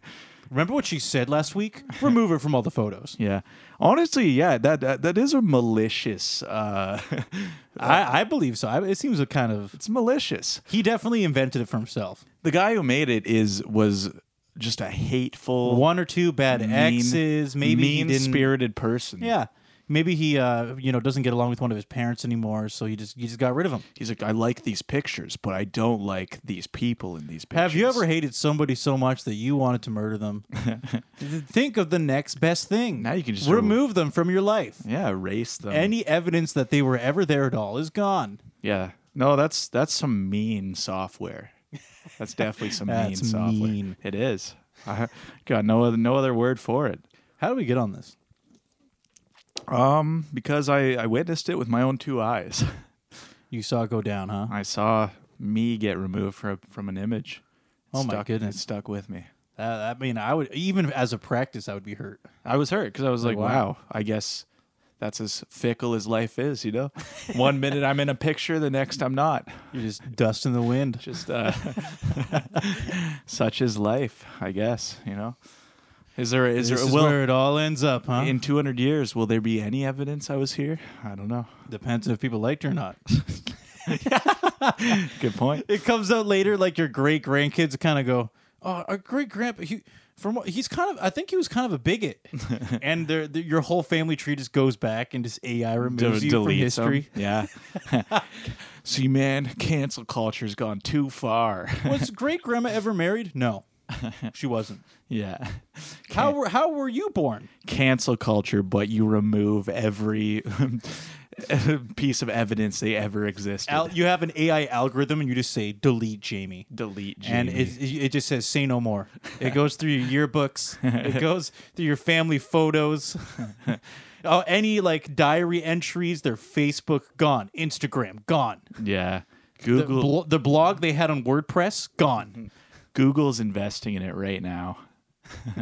Speaker 2: Remember what she said last week? remove her from all the photos.
Speaker 1: Yeah. Honestly, yeah, that that, that is a malicious uh *laughs*
Speaker 2: I, I believe so. I, it seems a kind of.
Speaker 1: it's malicious.
Speaker 2: He definitely invented it for himself.
Speaker 1: The guy who made it is was just a hateful
Speaker 2: One or two bad
Speaker 1: mean-
Speaker 2: exes. Maybe he
Speaker 1: mean
Speaker 2: didn't.
Speaker 1: spirited person.
Speaker 2: Yeah. Maybe he, uh, you know, doesn't get along with one of his parents anymore, so he just he just got rid of him.
Speaker 1: He's like, I like these pictures, but I don't like these people in these pictures.
Speaker 2: Have you ever hated somebody so much that you wanted to murder them?
Speaker 1: *laughs*
Speaker 2: Think of the next best thing.
Speaker 1: Now you can just-
Speaker 2: remove them from your life.
Speaker 1: Yeah, erase them.
Speaker 2: Any evidence that they were ever there at all is gone.
Speaker 1: Yeah. No, that's that's some mean software. *laughs* That's definitely some mean
Speaker 2: That's
Speaker 1: software.
Speaker 2: mean.
Speaker 1: It is. I got no other no other word for it.
Speaker 2: How do we get on this?
Speaker 1: Um, because I I witnessed it with my own two eyes. *laughs*
Speaker 2: You saw it go down, huh?
Speaker 1: I saw me get removed from from an image. It
Speaker 2: Oh my
Speaker 1: stuck-
Speaker 2: goodness.
Speaker 1: It stuck with me.
Speaker 2: Uh, I mean, I would even as a practice, I would be hurt.
Speaker 1: I was hurt because I was like,
Speaker 2: wow.
Speaker 1: wow, I guess that's as fickle as life is, you
Speaker 2: *laughs*
Speaker 1: know. One minute I'm in a picture, the next I'm not.
Speaker 2: You're just dust in the wind.
Speaker 1: just uh, *laughs* such is life, I guess. You know, is there is
Speaker 2: This
Speaker 1: there
Speaker 2: is
Speaker 1: will
Speaker 2: where it all ends up, huh?
Speaker 1: in 200 years will there be any evidence I was here? I don't know.
Speaker 2: Depends if people liked you or not. *laughs*
Speaker 1: Good point.
Speaker 2: it comes out later, like your great grandkids kind of go, "Oh, our great grandpa, he from what he's kind of, I think he was kind of a bigot," and their their- your whole family tree just goes back and just AI removes you from
Speaker 1: Deletes 'em.
Speaker 2: history.
Speaker 1: *laughs* Yeah. See, man, cancel culture's gone too far. *laughs*
Speaker 2: *laughs* Was great grandma ever married? No, she wasn't.
Speaker 1: yeah.
Speaker 2: How were how were you born?
Speaker 1: Cancel culture, but you remove every *laughs* piece of evidence they ever existed.
Speaker 2: Al, you have an AI algorithm, and you just say delete Jamie.
Speaker 1: Delete.
Speaker 2: And
Speaker 1: Jamie.
Speaker 2: it, it just says say no more. It goes through your yearbooks. *laughs* It goes through your family *laughs* photos. oh, any like diary entries, their Facebook gone, Instagram gone,
Speaker 1: yeah.
Speaker 2: the,
Speaker 1: Google
Speaker 2: blo- the blog they had on WordPress gone.
Speaker 1: Google's investing in it right now. *laughs*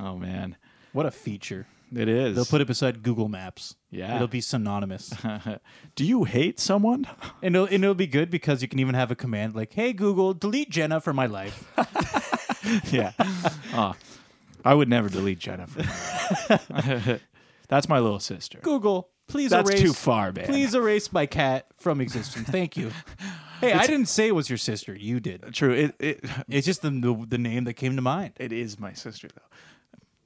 Speaker 1: oh man,
Speaker 2: *laughs* What a feature!
Speaker 1: it is.
Speaker 2: They'll put it beside Google Maps.
Speaker 1: Yeah.
Speaker 2: it'll be *laughs* synonymous,
Speaker 1: *laughs* Do you hate *laughs* someone?
Speaker 2: and it'll, and it'll be good because you can even have a command like, "Hey Google, delete Jenna from my *laughs* life."
Speaker 1: *laughs* yeah. Oh, I would never delete *laughs* Jennifer. That's my little sister.
Speaker 2: Google, please
Speaker 1: That's
Speaker 2: erase.
Speaker 1: too far, man.
Speaker 2: Please erase my cat from existence. Thank *laughs* you. Hey, I didn't say it was your sister. You did.
Speaker 1: True. It it
Speaker 2: It's just the, the the name that came to mind.
Speaker 1: it is my sister though.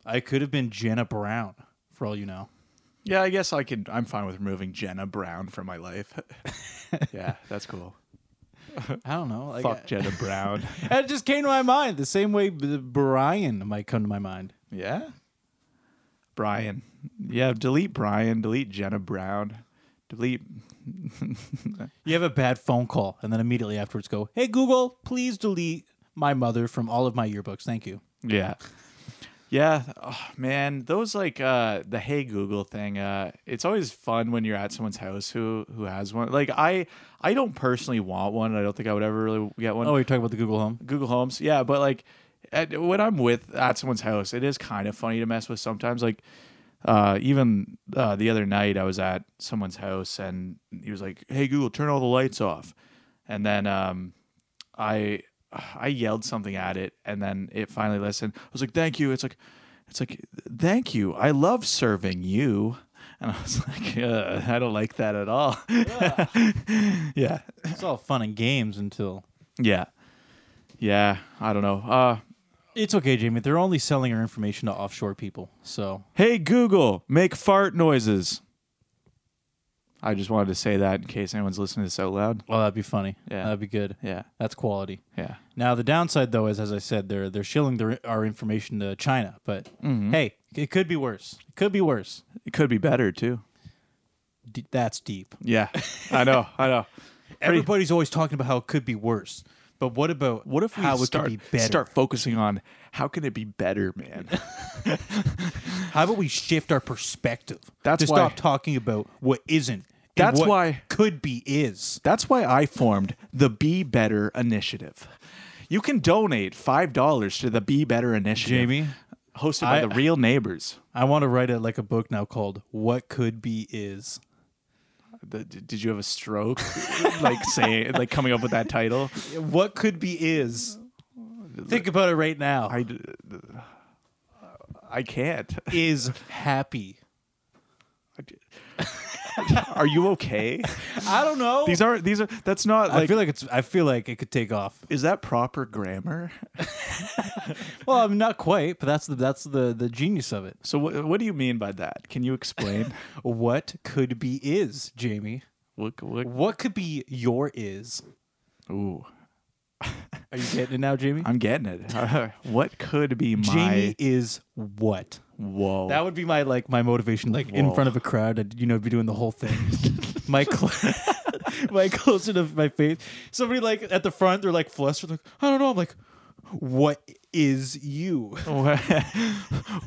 Speaker 2: I could have been Jenna Brown, for all you know.
Speaker 1: Yeah, I guess I could. I'm fine with removing Jenna Brown from my life. yeah, that's cool.
Speaker 2: I don't know. Like,
Speaker 1: Fuck Jenna Brown.
Speaker 2: I- it just came to my mind the same way B- Brian might come to my mind.
Speaker 1: Yeah. Brian. Yeah, delete Brian, delete Jenna Brown, delete
Speaker 2: You have a bad phone call, and then immediately afterwards go, "Hey Google, please delete my mother from all of my yearbooks. Thank you."
Speaker 1: Yeah. Yeah, oh, man, those like uh the hey Google thing. Uh it's always fun when you're at someone's house who who has one. Like I I don't personally want one. I don't think I would ever really get one.
Speaker 2: Oh, you're talking about the Google Home.
Speaker 1: Google Homes. Yeah, but like at, when I'm with at someone's house, it is kind of funny to mess with sometimes. Like uh, even uh, the other night, I was at someone's house and he was like, "Hey Google, turn all the lights off," and then um, I I yelled something at it, and then it finally listened. I was like, "Thank you." It's like it's like, "Thank you. I love serving you." And *laughs* I was like, uh, I don't like that at all. *laughs* yeah.
Speaker 2: It's all fun and games until
Speaker 1: Yeah. Yeah, I don't know. Uh
Speaker 2: It's okay, Jamie. They're only selling our information to offshore people. So
Speaker 1: Hey Google, make fart noises. I just wanted to say that in case anyone's listening to this out loud.
Speaker 2: well, oh, that'd be funny.
Speaker 1: Yeah.
Speaker 2: That'd be good.
Speaker 1: Yeah,
Speaker 2: That's quality.
Speaker 1: yeah.
Speaker 2: Now the downside though is, as I said, they're they're shilling their, our information to China. But
Speaker 1: Mm-hmm.
Speaker 2: hey, it could be worse. It could be worse.
Speaker 1: It could be better too.
Speaker 2: D- that's deep.
Speaker 1: Yeah, *laughs* I know, I know.
Speaker 2: Everybody's always talking about how it could be worse. But what about
Speaker 1: *laughs* What if we
Speaker 2: how
Speaker 1: start
Speaker 2: it could be better?
Speaker 1: start focusing on how can it be better, man?
Speaker 2: How about we shift our perspective?
Speaker 1: That's
Speaker 2: to
Speaker 1: why-
Speaker 2: stop talking about what isn't. and
Speaker 1: That's
Speaker 2: what
Speaker 1: why-
Speaker 2: could be is.
Speaker 1: That's why I formed the Be Better Initiative. You can donate five dollars to the Be Better Initiative,
Speaker 2: Jamie,
Speaker 1: hosted by
Speaker 2: I-
Speaker 1: the Real Neighbors.
Speaker 2: I want to write it like a book now called "What Could Be Is."
Speaker 1: The, d- did you have a stroke, *laughs* like say, like coming up with that title?
Speaker 2: What could be is. Think about it right now.
Speaker 1: I, d- I can't. *laughs*
Speaker 2: is happy.
Speaker 1: Are you
Speaker 2: *laughs*
Speaker 1: okay?
Speaker 2: I don't know.
Speaker 1: These aren't. These are. That's not
Speaker 2: I
Speaker 1: like.
Speaker 2: feel like it's. I feel like it could take off.
Speaker 1: is that proper grammar? *laughs*
Speaker 2: Well, I'm not quite, but that's the that's the the genius of it.
Speaker 1: So what? What do you mean by that? Can you
Speaker 2: *laughs*
Speaker 1: explain?
Speaker 2: What could be is, Jamie?
Speaker 1: what, what?
Speaker 2: What could be your is?
Speaker 1: Ooh,
Speaker 2: Are you getting it now, Jamie?
Speaker 1: I'm getting it. *laughs* what could be my?
Speaker 2: Jamie is what?
Speaker 1: Whoa. *laughs*
Speaker 2: That would be my like my motivation, like in
Speaker 1: Whoa.
Speaker 2: front of a crowd, I'd you know be doing the whole thing.
Speaker 1: *laughs*
Speaker 2: my cl- *laughs* my closer to my face. Somebody like at the front, they're like flustered, like I don't know. I'm like, what is you?
Speaker 1: Wha-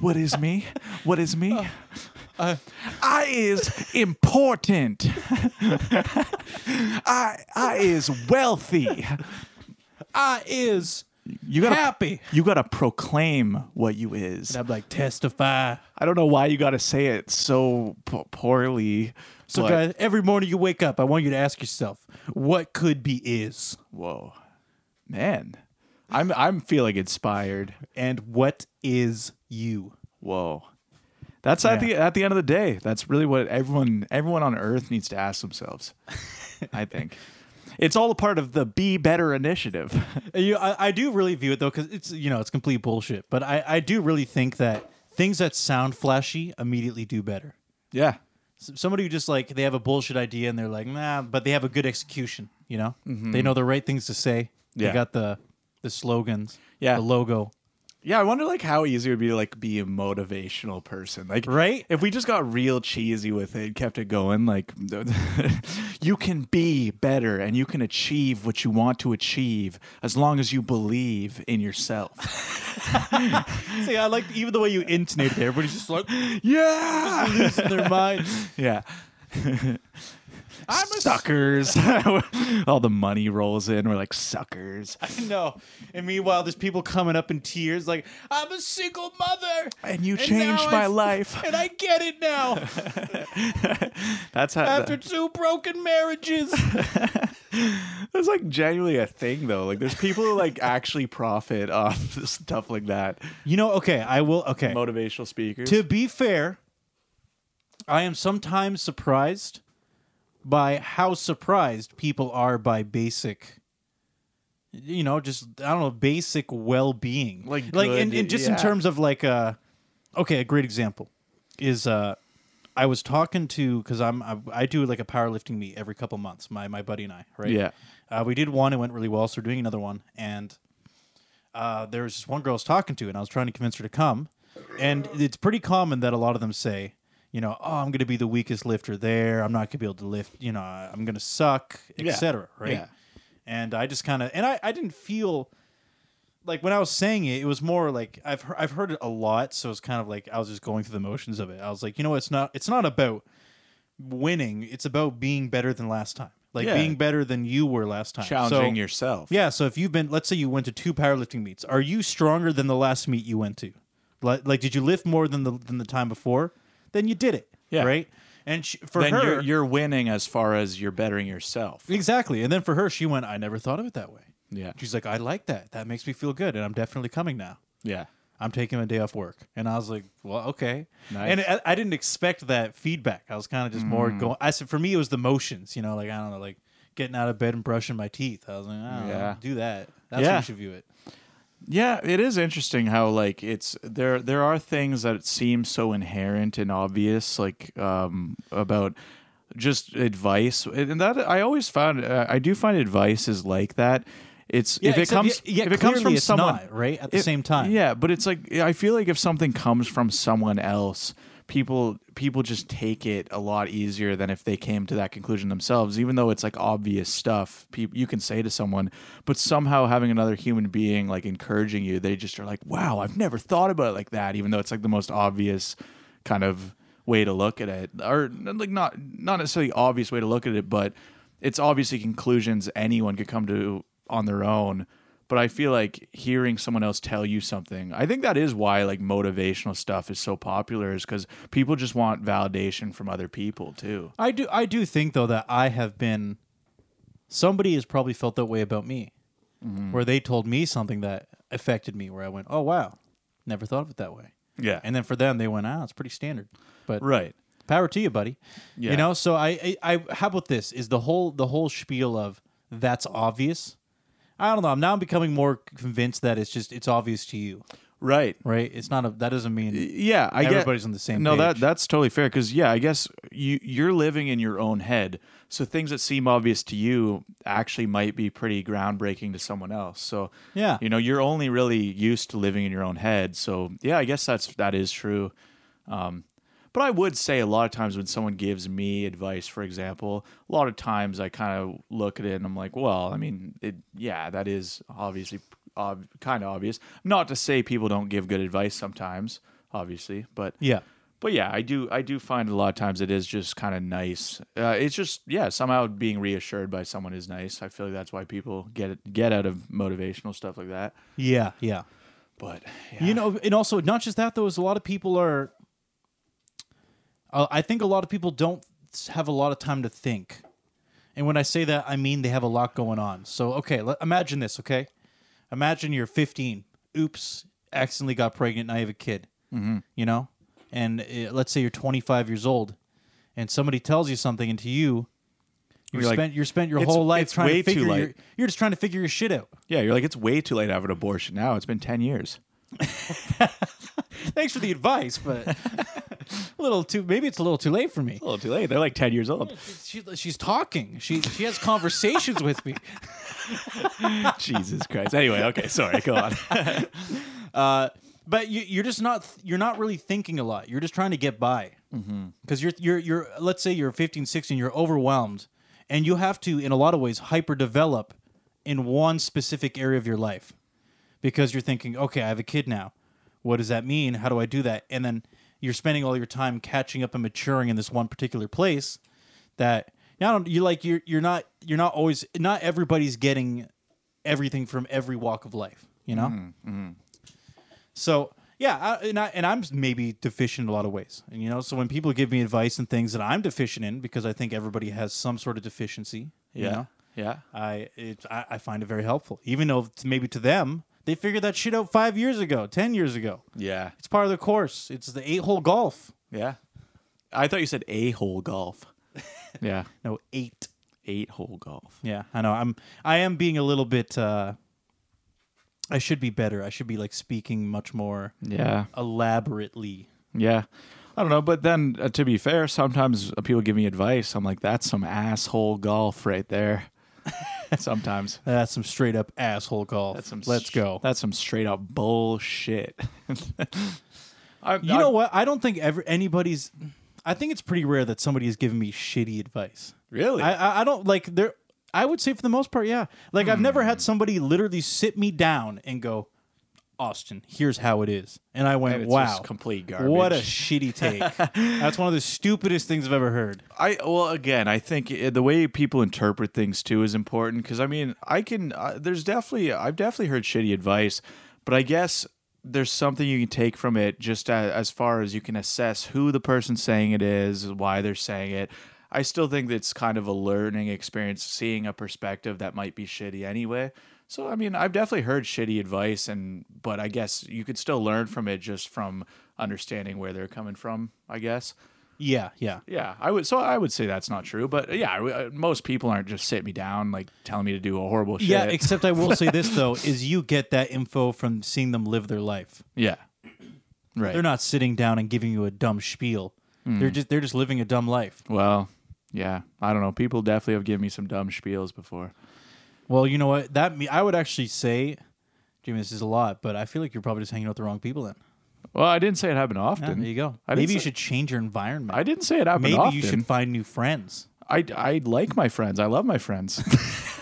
Speaker 1: what is me? What is
Speaker 2: *laughs*
Speaker 1: me?
Speaker 2: Uh,
Speaker 1: I is important. *laughs* I I is wealthy.
Speaker 2: I is
Speaker 1: You gotta
Speaker 2: happy.
Speaker 1: you gotta proclaim what you is.
Speaker 2: And I'm like testify.
Speaker 1: I don't know why you gotta say it so p- poorly.
Speaker 2: So
Speaker 1: but-
Speaker 2: guys, every morning you wake up, I want you to ask yourself, what could be is,
Speaker 1: whoa, man, I'm I'm feeling inspired.
Speaker 2: and what is you?
Speaker 1: Whoa. That's at the at the end of the day. That's really what everyone everyone on earth needs to ask themselves. I
Speaker 2: *laughs*
Speaker 1: think. It's all a part of the Be Better initiative.
Speaker 2: You, I, I do really view it though, because it's you know it's complete bullshit. But I, I do really think that things that sound flashy immediately do better.
Speaker 1: yeah.
Speaker 2: S- Somebody who just like they have a bullshit idea and they're like nah, but they have a good execution. You know, they know the right things to say.
Speaker 1: Mm-hmm. Yeah.
Speaker 2: They got the the slogans.
Speaker 1: Yeah.
Speaker 2: the logo.
Speaker 1: *laughs* Yeah, I wonder like how easy it would be to like be a motivational person. Like *laughs*
Speaker 2: Right?
Speaker 1: if we just got real cheesy with it, kept it going, like *laughs* you can be better and you can achieve what you want to achieve as long as you believe in yourself.
Speaker 2: See, I like even the way you intonated it. Everybody's just like *laughs*
Speaker 1: yeah.
Speaker 2: losing their mind.
Speaker 1: *laughs* Yeah. I'm suckers. *laughs* All the money rolls in. We're like suckers.
Speaker 2: *laughs* No. And meanwhile, there's people coming up in tears, like, I'm a single mother.
Speaker 1: And you
Speaker 2: now
Speaker 1: changed my
Speaker 2: I-
Speaker 1: life.
Speaker 2: *laughs* And I get it now
Speaker 1: That's how.
Speaker 2: after two broken marriages.
Speaker 1: *laughs* that's like genuinely a thing, though. Like, there's people who like actually profit off *laughs* stuff like that.
Speaker 2: You know, okay, I will. Okay.
Speaker 1: Motivational speakers.
Speaker 2: To be fair, I am sometimes surprised by how surprised people are by basic. You know, just I don't know, basic well-being,
Speaker 1: Like
Speaker 2: like,
Speaker 1: good,
Speaker 2: and, and just in
Speaker 1: yeah.
Speaker 2: terms of like, uh, okay, a great example is uh, I was talking to because I'm I, I do like a powerlifting meet every couple months. My my buddy and I, right?
Speaker 1: Yeah.
Speaker 2: Uh, we did one; it went really well, so we're doing another one. And uh, there was this one girl I was talking to, and I was trying to convince her to come. And it's pretty common that a lot of them say, you know, oh, I'm going to be the weakest lifter there. I'm not going to be able to lift. You know, I'm going to suck,
Speaker 1: Yeah.
Speaker 2: etc. Right?
Speaker 1: Yeah.
Speaker 2: And I just kind of, and I, I didn't feel like when I was saying it, it was more like I've heard, I've heard it a lot, so it's kind of like I was just going through the motions of it. I was like, you know, what? it's not it's not about winning; it's about being better than last time, like
Speaker 1: Yeah.
Speaker 2: being better than you were last time.
Speaker 1: challenging
Speaker 2: so,
Speaker 1: yourself.
Speaker 2: yeah. So if you've been, let's say you went to two powerlifting meets, are you stronger than the last meet you went to? Like, like did you lift more than the than the time before? Then you did it,
Speaker 1: Yeah.
Speaker 2: right? And she, for
Speaker 1: Then
Speaker 2: her,
Speaker 1: you're you're winning as far as you're bettering yourself.
Speaker 2: Exactly. And then for her, she went, I never thought of it that way.
Speaker 1: Yeah.
Speaker 2: She's like, I like that. That makes me feel good. And I'm definitely coming now.
Speaker 1: Yeah.
Speaker 2: I'm taking a day off work. And I was like, well, okay.
Speaker 1: Nice. Mm.
Speaker 2: And I, I didn't expect that feedback. I was kind of just more going. I said, for me, it was the motions, you know, like, I don't know, like getting out of bed and brushing my teeth. I was like, I don't know,
Speaker 1: Yeah.
Speaker 2: do that. That's
Speaker 1: Yeah.
Speaker 2: how you should view it.
Speaker 1: Yeah, it is interesting how like it's there. There are things that seem so inherent and obvious, like um, about just advice, and that I always found. Uh, I do find advice is like that. It's if it
Speaker 2: except
Speaker 1: comes
Speaker 2: yet- yet
Speaker 1: if it comes
Speaker 2: clearly
Speaker 1: from
Speaker 2: it's
Speaker 1: someone
Speaker 2: not, right at the
Speaker 1: it-
Speaker 2: same time.
Speaker 1: Yeah, but it's like I feel like if something comes from someone else, people people just take it a lot easier than if they came to that conclusion themselves. Even though it's like obvious stuff, people you can say to someone, but somehow having another human being like encouraging you, they just are like, "Wow, I've never thought about it like that." Even though it's like the most obvious kind of way to look at it, or like not not necessarily obvious way to look at it, but it's obviously conclusions anyone could come to on their own but I feel like hearing someone else tell you something, I think that is why like motivational stuff is so popular, is because people just want validation from other people too.
Speaker 2: I do I do think though that I have been somebody has probably felt that way about me.
Speaker 1: Mm-hmm.
Speaker 2: Where they told me something that affected me where I went, "Oh wow. Never thought of it that way."
Speaker 1: Yeah,
Speaker 2: And then for them they went, "Ah, it's pretty standard." But
Speaker 1: right.
Speaker 2: power to you, buddy.
Speaker 1: Yeah.
Speaker 2: You know, so I, I I how about this is the whole the whole spiel of that's obvious. I don't know. I'm now becoming more convinced that it's just it's obvious to you,
Speaker 1: Right.
Speaker 2: right? It's not a that doesn't mean
Speaker 1: Yeah, I get
Speaker 2: Everybody's on the same
Speaker 1: No, that
Speaker 2: page.
Speaker 1: that's totally fair because yeah, I guess you you're living in your own head, so things that seem obvious to you actually might be pretty groundbreaking to someone else. So
Speaker 2: Yeah.
Speaker 1: you know, you're only really used to living in your own head. So yeah, I guess that's that is true. Um, but I would say a lot of times when someone gives me advice, for example, a lot of times I kind of look at it and I'm like, well, I mean, it, yeah, that is obviously ob- kind of obvious. Not to say people don't give good advice sometimes, obviously, but
Speaker 2: yeah.
Speaker 1: but yeah, I do I do find a lot of times it is just kind of nice. Uh, it's just yeah, somehow being reassured by someone is nice. I feel like that's why people get it, get out of motivational stuff like that.
Speaker 2: Yeah, yeah.
Speaker 1: But yeah.
Speaker 2: You know, and also not just that though. Is a lot of people are. Uh, I think a lot of people don't have a lot of time to think, and when I say that, I mean they have a lot going on. So okay, let, imagine this. Okay, imagine you're 15. Oops, accidentally got pregnant. Now you have a kid. Mm-hmm. You know, and uh, let's say you're 25 years old, and somebody tells you something, and to you. You
Speaker 1: You're like,
Speaker 2: spent you spent your
Speaker 1: "It's-
Speaker 2: whole life
Speaker 1: it's
Speaker 2: trying
Speaker 1: way
Speaker 2: to
Speaker 1: too
Speaker 2: figure your,
Speaker 1: late."
Speaker 2: you're just trying to figure your shit out.
Speaker 1: yeah, you're like it's way too late to have an abortion now. It's been ten years.
Speaker 2: Thanks for the advice, but *laughs* a little too maybe it's a little too late for me.
Speaker 1: A little too late. They're like ten years *laughs* old.
Speaker 2: She, she's talking. She she has conversations with me.
Speaker 1: Jesus Christ. Anyway, okay, sorry. Go *laughs* on.
Speaker 2: Uh, but you, you're just not you're not really thinking a lot. You're just trying to get by because you're you're you're let's say you're 15, 16. You're overwhelmed, and you have to in a lot of ways hyper develop in one specific area of your life because you're thinking, okay, I have a kid now. What does that mean? How do I do that? And then you're spending all your time catching up and maturing in this one particular place that you don't you like you're you're not you're not always not everybody's getting everything from every walk of life, you know? So yeah, I, and I and I'm maybe deficient in a lot of ways, and you know, so when people give me advice and things that I'm deficient in, because I think everybody has some sort of deficiency, you
Speaker 1: Yeah.
Speaker 2: know,
Speaker 1: Yeah.
Speaker 2: I it I, I find it very helpful, even though it's maybe to them they figured that shit out five years ago, ten years ago.
Speaker 1: Yeah.
Speaker 2: It's part of the course. It's the eight hole golf.
Speaker 1: Yeah. I thought you said a hole golf. yeah.
Speaker 2: No eight.
Speaker 1: *laughs* Eight hole golf.
Speaker 2: Yeah, I know. I'm I am being a little bit. uh I should be better. I should be like speaking much more
Speaker 1: Yeah.
Speaker 2: elaborately.
Speaker 1: Yeah. I don't know, but then uh, to be fair, sometimes uh, people give me advice. I'm like, that's some asshole golf right there. *laughs* sometimes.
Speaker 2: That's some straight up asshole golf.
Speaker 1: That's some
Speaker 2: Let's
Speaker 1: sh-
Speaker 2: go.
Speaker 1: That's some straight up bullshit. *laughs* I,
Speaker 2: You know what? I don't think ever anybody's. I think it's pretty rare that somebody has given me shitty advice.
Speaker 1: really?
Speaker 2: I I, I don't like there. I would say for the most part, yeah. Like I've never had somebody literally sit me down and go, Austin, here's how it is, and I went,
Speaker 1: And it's
Speaker 2: wow,
Speaker 1: just complete garbage.
Speaker 2: What a shitty
Speaker 1: *laughs*
Speaker 2: take. That's one of the stupidest things I've ever heard.
Speaker 1: I well again, I think i the way people interpret things too is important because I mean, I can uh, there's definitely I've definitely heard shitty advice, but I guess there's something you can take from it just as, as far as you can assess who the person saying it is, why they're saying it. I still think it's kind of a learning experience seeing a perspective that might be shitty anyway. So I mean, I've definitely heard shitty advice and but I guess you could still learn from it just from understanding where they're coming from, I guess.
Speaker 2: Yeah, yeah.
Speaker 1: Yeah, I would. So I would say that's not true. But yeah, I w- uh, most people aren't just sitting me down like telling me to do a horrible shit.
Speaker 2: Yeah, except I will say this
Speaker 1: *laughs*
Speaker 2: though is you get that info from seeing them live their life.
Speaker 1: yeah, right.
Speaker 2: They're not sitting down and giving you a dumb spiel.
Speaker 1: Hmm.
Speaker 2: They're just they're just living a dumb life.
Speaker 1: Well, yeah, I don't know. People definitely have given me some dumb spiels before.
Speaker 2: Well, you know what? That me I would actually say Jimmy, this is a lot, but I feel like you're probably just hanging out with the wrong people then.
Speaker 1: Well, I didn't say it happened
Speaker 2: Yeah,
Speaker 1: often.
Speaker 2: there you go.
Speaker 1: I didn't
Speaker 2: Maybe you
Speaker 1: say-
Speaker 2: should change your environment.
Speaker 1: I didn't say it happened
Speaker 2: Maybe
Speaker 1: often.
Speaker 2: you should find new friends.
Speaker 1: I, I like my friends. I love my friends.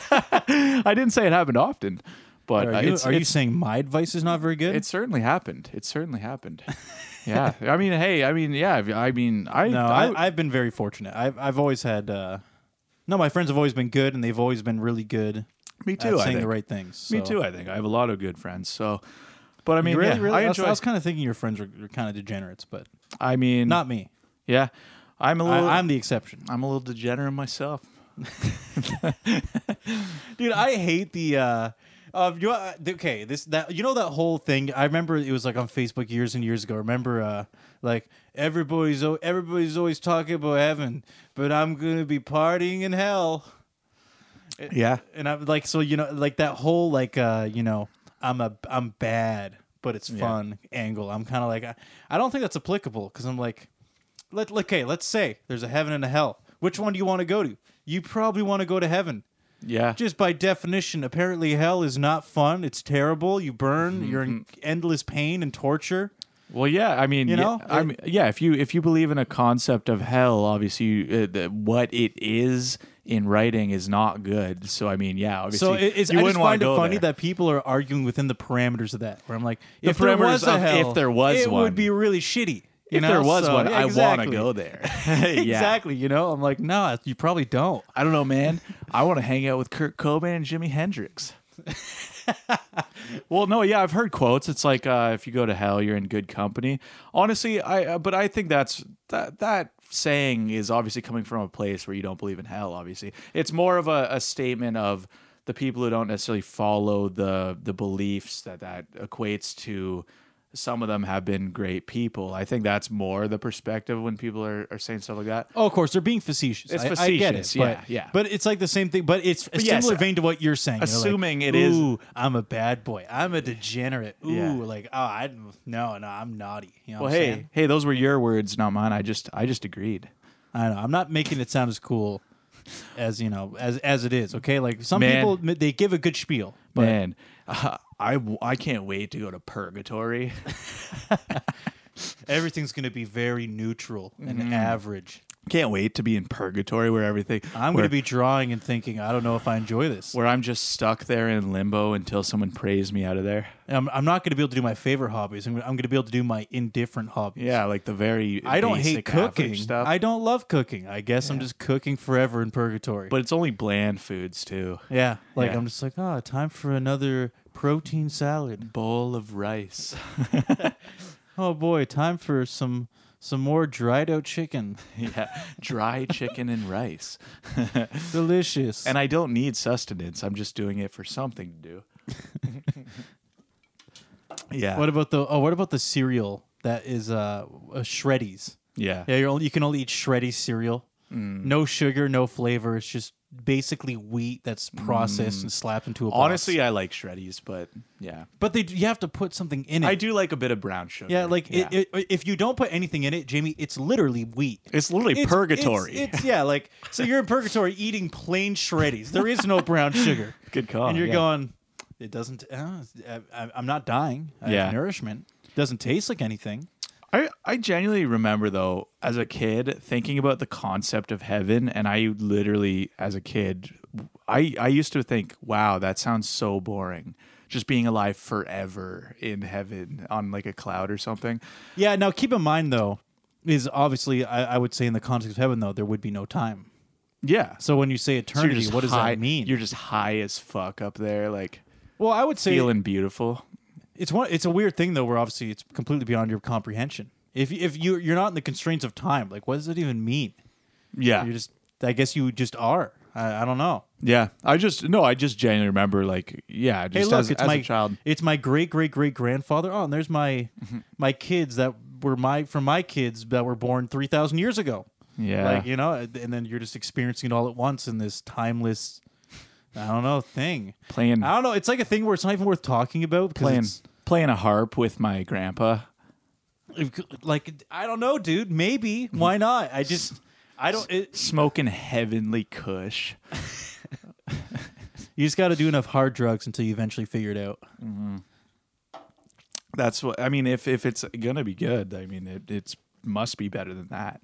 Speaker 1: *laughs* I didn't say it happened often, but uh,
Speaker 2: Are you,
Speaker 1: it's,
Speaker 2: are you
Speaker 1: it's-
Speaker 2: saying my advice is not very good?
Speaker 1: it certainly happened. It certainly
Speaker 2: *laughs*
Speaker 1: happened. yeah. I mean, hey, I mean, yeah. I mean, I,
Speaker 2: no,
Speaker 1: I,
Speaker 2: I, I've been very fortunate. I've I've always had uh, no, my friends have always been good, and they've always been really good.
Speaker 1: me
Speaker 2: at
Speaker 1: too. I
Speaker 2: saying
Speaker 1: think.
Speaker 2: the right things.
Speaker 1: me
Speaker 2: so.
Speaker 1: too. I think I have a lot of good friends. So, but I mean,
Speaker 2: really,
Speaker 1: yeah,
Speaker 2: really.
Speaker 1: I
Speaker 2: was-
Speaker 1: enjoy.
Speaker 2: was, kind of thinking your friends were, were kind of degenerates, but
Speaker 1: I mean,
Speaker 2: not me.
Speaker 1: yeah. I'm a
Speaker 2: I,
Speaker 1: little.
Speaker 2: I'm the exception,
Speaker 1: I'm a little degenerate myself.
Speaker 2: dude. I hate the. Uh, of you uh, okay this that you know that whole thing i remember it was like on facebook years and years ago remember uh like everybody's al- everybody's always talking about heaven but i'm gonna be partying in hell
Speaker 1: Yeah.
Speaker 2: and i'm like so you know like that whole like uh you know i'm a i'm bad but it's fun angle i'm kind of like I, I don't think that's applicable because i'm like let okay let's say there's a heaven and a hell which one do you want to go to you probably want to go to heaven
Speaker 1: Yeah.
Speaker 2: just by definition apparently hell is not fun it's terrible you burn you're in
Speaker 1: Mm-hmm.
Speaker 2: endless pain and torture
Speaker 1: Well, yeah, I mean,
Speaker 2: You
Speaker 1: yeah,
Speaker 2: know?
Speaker 1: I
Speaker 2: It-
Speaker 1: mean, yeah. If you if you believe in a concept of hell, obviously, you, uh, the, what it is in writing is not good. So, I mean, yeah, obviously,
Speaker 2: so it, it's
Speaker 1: you
Speaker 2: i just
Speaker 1: wouldn't want
Speaker 2: find
Speaker 1: to go
Speaker 2: it funny
Speaker 1: there.
Speaker 2: that people are arguing within the parameters of that where i'm like
Speaker 1: The
Speaker 2: if there
Speaker 1: parameters
Speaker 2: was a
Speaker 1: of
Speaker 2: hell
Speaker 1: if there was
Speaker 2: it
Speaker 1: one.
Speaker 2: would be really shitty you
Speaker 1: if there
Speaker 2: know?
Speaker 1: was
Speaker 2: So-
Speaker 1: one,
Speaker 2: yeah,
Speaker 1: I want to
Speaker 2: exactly.
Speaker 1: go there. *laughs* yeah.
Speaker 2: Exactly. You know, I'm like, no, you probably don't.
Speaker 1: I don't know, man. I want to hang out with Kurt Cobain and Jimi Hendrix. well, no, yeah, I've heard quotes. It's like uh, if you go to hell, you're in good company. Honestly, I uh, but I think that's that that saying is obviously coming from a place where you don't believe in hell. Obviously, it's more of a, a statement of the people who don't necessarily follow the the beliefs that that equates to. Some of them have been great people. I think that's more the perspective when people are, are saying stuff like that.
Speaker 2: Oh, of course, they're being facetious.
Speaker 1: It's
Speaker 2: I, I get it.
Speaker 1: facetious,
Speaker 2: but,
Speaker 1: yeah, yeah.
Speaker 2: But it's like the same thing. But it's a
Speaker 1: yes,
Speaker 2: similar vein to what you're saying. You're like,
Speaker 1: assuming it is-
Speaker 2: Ooh, I'm a bad boy. I'm a degenerate. Ooh,
Speaker 1: Yeah.
Speaker 2: like oh, I no, no, I'm naughty. You know
Speaker 1: Well,
Speaker 2: what I'm
Speaker 1: hey,
Speaker 2: saying?
Speaker 1: hey, those were your words, not mine. I just, I just agreed.
Speaker 2: I know. I'm not making it sound as cool as you know as as it is. Okay, like some
Speaker 1: Man.
Speaker 2: people they give a good spiel, but
Speaker 1: Man, *laughs* uh, I, w- I can't wait to go to purgatory. *laughs*
Speaker 2: everything's gonna be very neutral and
Speaker 1: Mm-hmm.
Speaker 2: average.
Speaker 1: can't wait to be in purgatory where everything.
Speaker 2: I'm
Speaker 1: where,
Speaker 2: gonna be drawing and thinking, I don't know if I enjoy this.
Speaker 1: where I'm just stuck there in limbo until someone prays me out of there.
Speaker 2: I'm, I'm not going to be able to do my favorite hobbies. I'm, I'm going to be able to do my indifferent hobbies.
Speaker 1: Yeah, like the very.
Speaker 2: I don't hate
Speaker 1: basic average
Speaker 2: cooking.
Speaker 1: stuff.
Speaker 2: I don't love cooking. I guess I'm just cooking forever in purgatory.
Speaker 1: but it's only bland foods too.
Speaker 2: yeah, like
Speaker 1: Yeah.
Speaker 2: I'm just like, oh, time for another protein salad.
Speaker 1: Bowl of rice. *laughs*
Speaker 2: Oh boy, time for some some more dried
Speaker 1: *laughs*
Speaker 2: out chicken.
Speaker 1: yeah, *laughs* dry chicken and rice.
Speaker 2: Delicious.
Speaker 1: And I don't need sustenance. I'm just doing it for something to do. *laughs* yeah.
Speaker 2: what about the oh? What about the cereal that is uh, uh Shreddies?
Speaker 1: yeah.
Speaker 2: Yeah, you're only, you can only eat shreddy cereal.
Speaker 1: Mm.
Speaker 2: No sugar, no flavor. It's just basically wheat that's processed and slapped into a box.
Speaker 1: Mm. Honestly, I like shreddies, but yeah,
Speaker 2: but they you have to put something in it.
Speaker 1: I do like a bit of brown sugar.
Speaker 2: yeah, like It, it, if you don't put anything in it, Jamie, it's literally wheat.
Speaker 1: it's literally
Speaker 2: It's-
Speaker 1: purgatory.
Speaker 2: It's, it's- yeah, like so you're in purgatory eating plain shreddies. There is no brown sugar,
Speaker 1: *laughs* Good call.
Speaker 2: and you're
Speaker 1: yeah.
Speaker 2: going. It doesn't. Uh, I, I'm not dying. I have
Speaker 1: Yeah.
Speaker 2: nourishment doesn't taste like anything.
Speaker 1: I I genuinely remember though, as a kid, thinking about the concept of heaven, and I literally, as a kid, I I used to think, wow, that sounds so boring. Just being alive forever in heaven on like a cloud or something.
Speaker 2: Yeah. Now keep in mind though, is obviously I, I would say in the context of heaven though there would be no time.
Speaker 1: Yeah.
Speaker 2: So when you
Speaker 1: So
Speaker 2: say
Speaker 1: you're
Speaker 2: eternity,
Speaker 1: just
Speaker 2: what does
Speaker 1: high-
Speaker 2: that mean?
Speaker 1: You're just high as fuck up there, like
Speaker 2: well, I would say
Speaker 1: feeling beautiful.
Speaker 2: it's one. It's a weird thing though, where obviously it's completely beyond your comprehension. If if you you're not in the constraints of time, like what does it even mean?
Speaker 1: Yeah.
Speaker 2: You're just. I guess you just are. I, I don't know.
Speaker 1: Yeah, I just no, I just genuinely remember like yeah, just
Speaker 2: hey, look,
Speaker 1: as,
Speaker 2: it's
Speaker 1: as
Speaker 2: my
Speaker 1: a child. Mm-hmm.
Speaker 2: It's my great great great grandfather. Oh, and there's my my kids that were my from my kids that were born three thousand years ago.
Speaker 1: Yeah.
Speaker 2: Like you know, and then you're just experiencing it all at once in this timeless, I don't know, thing.
Speaker 1: playing
Speaker 2: I don't know. It's like a thing where it's not even worth talking about because
Speaker 1: playing
Speaker 2: it's-
Speaker 1: playing a harp with my grandpa.
Speaker 2: like I don't know, dude. Maybe why not? I just I don't. It,
Speaker 1: Smoking heavenly kush.
Speaker 2: you just got to do enough hard drugs until you eventually figure it out.
Speaker 1: That's what I mean. If if it's gonna be good, I mean it it's must be better than that.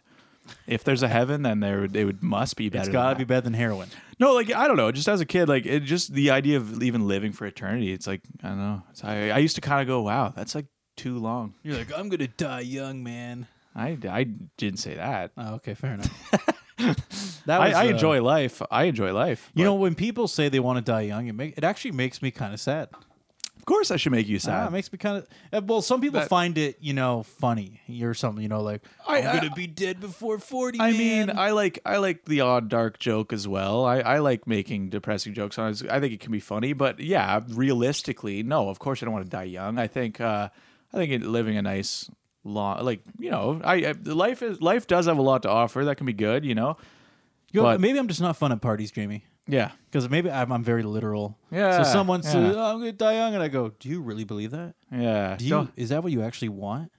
Speaker 1: If there's a heaven, then there would- it would must be better.
Speaker 2: It's
Speaker 1: than
Speaker 2: got to
Speaker 1: that.
Speaker 2: be better than heroin.
Speaker 1: No, like I don't know. Just as a kid, like it just the idea of even living for eternity. It's like I don't know. It's, I I used to kind of go, wow, that's like too long.
Speaker 2: You're like, I'm gonna die young, man.
Speaker 1: I I didn't say that.
Speaker 2: Oh, okay, fair enough.
Speaker 1: *laughs*
Speaker 2: that
Speaker 1: I, I
Speaker 2: uh,
Speaker 1: enjoy life. I enjoy life.
Speaker 2: You know, when people say they want to die young, it make, it actually makes me kind of sad.
Speaker 1: of course, I should make you
Speaker 2: Ah, it
Speaker 1: sad.
Speaker 2: makes me kind of well. Some people
Speaker 1: That-
Speaker 2: find it, you know, funny or something. You know, like
Speaker 1: I-
Speaker 2: I'm
Speaker 1: I-
Speaker 2: gonna be dead before forty.
Speaker 1: I mean,
Speaker 2: man."
Speaker 1: I like I like the odd dark joke as well. I, I like making depressing jokes on. it. I think it can be funny, but yeah, realistically, no. Of course, I don't want to die young. I think uh, I think it- living a nice long, like you know, I, I life is life does have a lot to offer. That can be good, you know.
Speaker 2: You know,
Speaker 1: but-
Speaker 2: maybe I'm just not fun at parties, Jamie.
Speaker 1: Yeah,
Speaker 2: Because maybe I'm, I'm very literal.
Speaker 1: Yeah,
Speaker 2: So someone
Speaker 1: yeah.
Speaker 2: says, oh, "I'm gonna die young," and I go, "Do you really believe that?
Speaker 1: yeah.
Speaker 2: Do you?
Speaker 1: Don't-
Speaker 2: Is that what you actually want?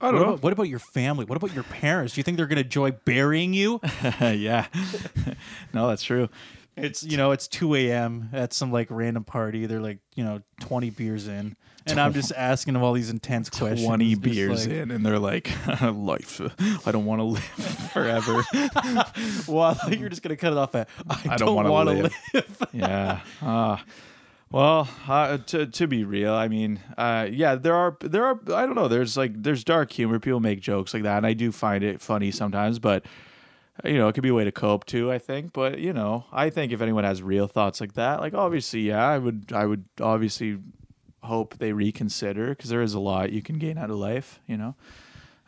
Speaker 1: I
Speaker 2: What
Speaker 1: don't
Speaker 2: about, what about your family? What about your parents? Do you think they're gonna enjoy
Speaker 1: *laughs*
Speaker 2: burying you?
Speaker 1: know. yeah, no, that's true.
Speaker 2: It's you know, it's 2 a.m. at some like random party. They're like you know, 20 beers in, and I'm just asking them all these intense questions.
Speaker 1: Twenty
Speaker 2: Just
Speaker 1: beers
Speaker 2: like,
Speaker 1: in, and they're like, *laughs* "Life, I don't want to live *laughs* forever."
Speaker 2: Well, I thought you were just gonna cut it off at. I,
Speaker 1: I
Speaker 2: don't,
Speaker 1: don't wanna
Speaker 2: want to live.
Speaker 1: live." *laughs* yeah. Uh, well, uh, to to be real, I mean, uh, yeah, there are there are I don't know. There's like there's dark humor. People make jokes like that, and I do find it funny sometimes. But uh, you know, it could be a way to cope too. I think. But you know, I think if anyone has real thoughts like that, like obviously, yeah, I would I would obviously hope they reconsider because there is a lot you can gain out of life. You know.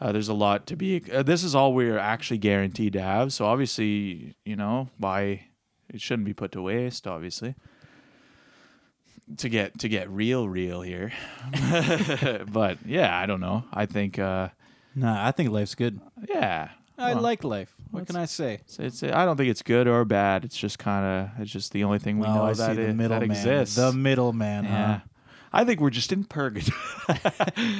Speaker 1: Uh, there's a lot to be. Uh, this is all we're actually guaranteed to have. So obviously, you know, why it shouldn't be put to waste. Obviously, to get to get real, real here. *laughs* but yeah, I don't know. I think, uh,
Speaker 2: Nah, I think life's good.
Speaker 1: yeah,
Speaker 2: I
Speaker 1: Well,
Speaker 2: like life. What can I say?
Speaker 1: It's, it's, I don't think it's good or bad. It's just kind of. It's just the only thing we know
Speaker 2: oh, I see
Speaker 1: that
Speaker 2: the
Speaker 1: it-
Speaker 2: middle
Speaker 1: that
Speaker 2: man.
Speaker 1: exists.
Speaker 2: The uh-huh. middleman. huh?
Speaker 1: yeah. I think we're just in purgatory. *laughs*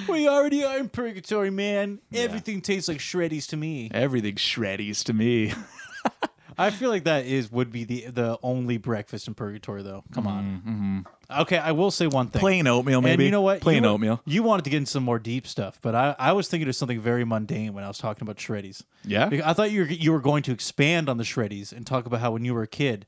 Speaker 2: We already are in purgatory, man. Everything tastes like shreddies to me.
Speaker 1: Everything shreddies to
Speaker 2: *laughs*
Speaker 1: me.
Speaker 2: I feel like that is would be the the only breakfast in purgatory, though. Come
Speaker 1: Mm-hmm,
Speaker 2: on. Okay, I will say one thing.
Speaker 1: Plain oatmeal, maybe.
Speaker 2: and you know what?
Speaker 1: Plain
Speaker 2: you, were-
Speaker 1: oatmeal.
Speaker 2: You wanted to get into some more deep stuff, but I, I was thinking of something very mundane when I was talking about shreddies.
Speaker 1: Yeah?
Speaker 2: Because I thought you were you were going to expand on the shreddies and talk about how when you were a kid,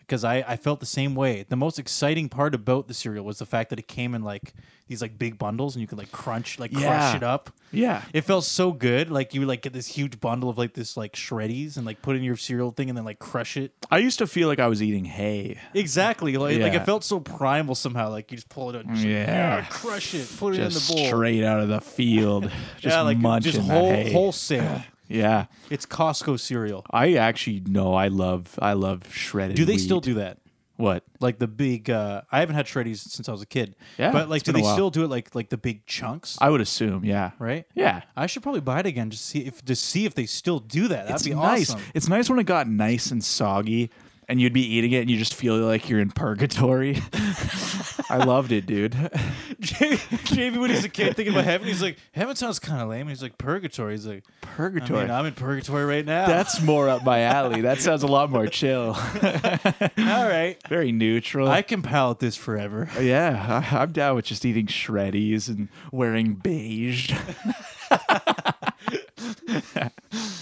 Speaker 2: because I, I felt the same way. The most exciting part about the cereal was the fact that it came in like these like big bundles and you could like crunch like crush
Speaker 1: Yeah.
Speaker 2: it up.
Speaker 1: Yeah.
Speaker 2: It felt so good. Like you would, like get this huge bundle of like this like shreddies and like put in your cereal thing and then like crush it.
Speaker 1: I used to feel like I was eating hay.
Speaker 2: Exactly. Like, like
Speaker 1: Yeah.
Speaker 2: it felt so primal somehow. Like you just pull it out. And just,
Speaker 1: Yeah.
Speaker 2: "Yeah, Crush it. Put it
Speaker 1: Just
Speaker 2: in the bowl.
Speaker 1: straight out of the field. Just
Speaker 2: *laughs* yeah, like
Speaker 1: munching
Speaker 2: just
Speaker 1: that
Speaker 2: whole
Speaker 1: hay.
Speaker 2: wholesale.
Speaker 1: Yeah.
Speaker 2: It's Costco cereal.
Speaker 1: I actually know I love I love shredded.
Speaker 2: Do they
Speaker 1: wheat.
Speaker 2: still do that?
Speaker 1: what?
Speaker 2: Like the big. uh I haven't had shreddies since I was a kid.
Speaker 1: Yeah,
Speaker 2: But like,
Speaker 1: it's
Speaker 2: do
Speaker 1: been a
Speaker 2: they
Speaker 1: while.
Speaker 2: still do it like like the big chunks?
Speaker 1: I would assume, yeah.
Speaker 2: right.
Speaker 1: Yeah.
Speaker 2: I should probably buy it again to see if to see if they still do that. That'd
Speaker 1: It's
Speaker 2: be
Speaker 1: nice.
Speaker 2: awesome.
Speaker 1: It's nice when it got nice and soggy and you'd be eating it and you just feel like you're in purgatory. *laughs* I loved it,
Speaker 2: *laughs*
Speaker 1: dude.
Speaker 2: Jamie, Jamie, when he's a kid thinking about heaven, he's like, heaven sounds kind of lame. He's like, purgatory. He's like, I
Speaker 1: Purgatory.
Speaker 2: mean, I'm in purgatory right now.
Speaker 1: That's more up my alley. That sounds a lot more chill.
Speaker 2: *laughs*
Speaker 1: *laughs*
Speaker 2: all right.
Speaker 1: Very neutral.
Speaker 2: I can palate this forever.
Speaker 1: yeah, I, I'm down with just eating shreddies and wearing beige. *laughs*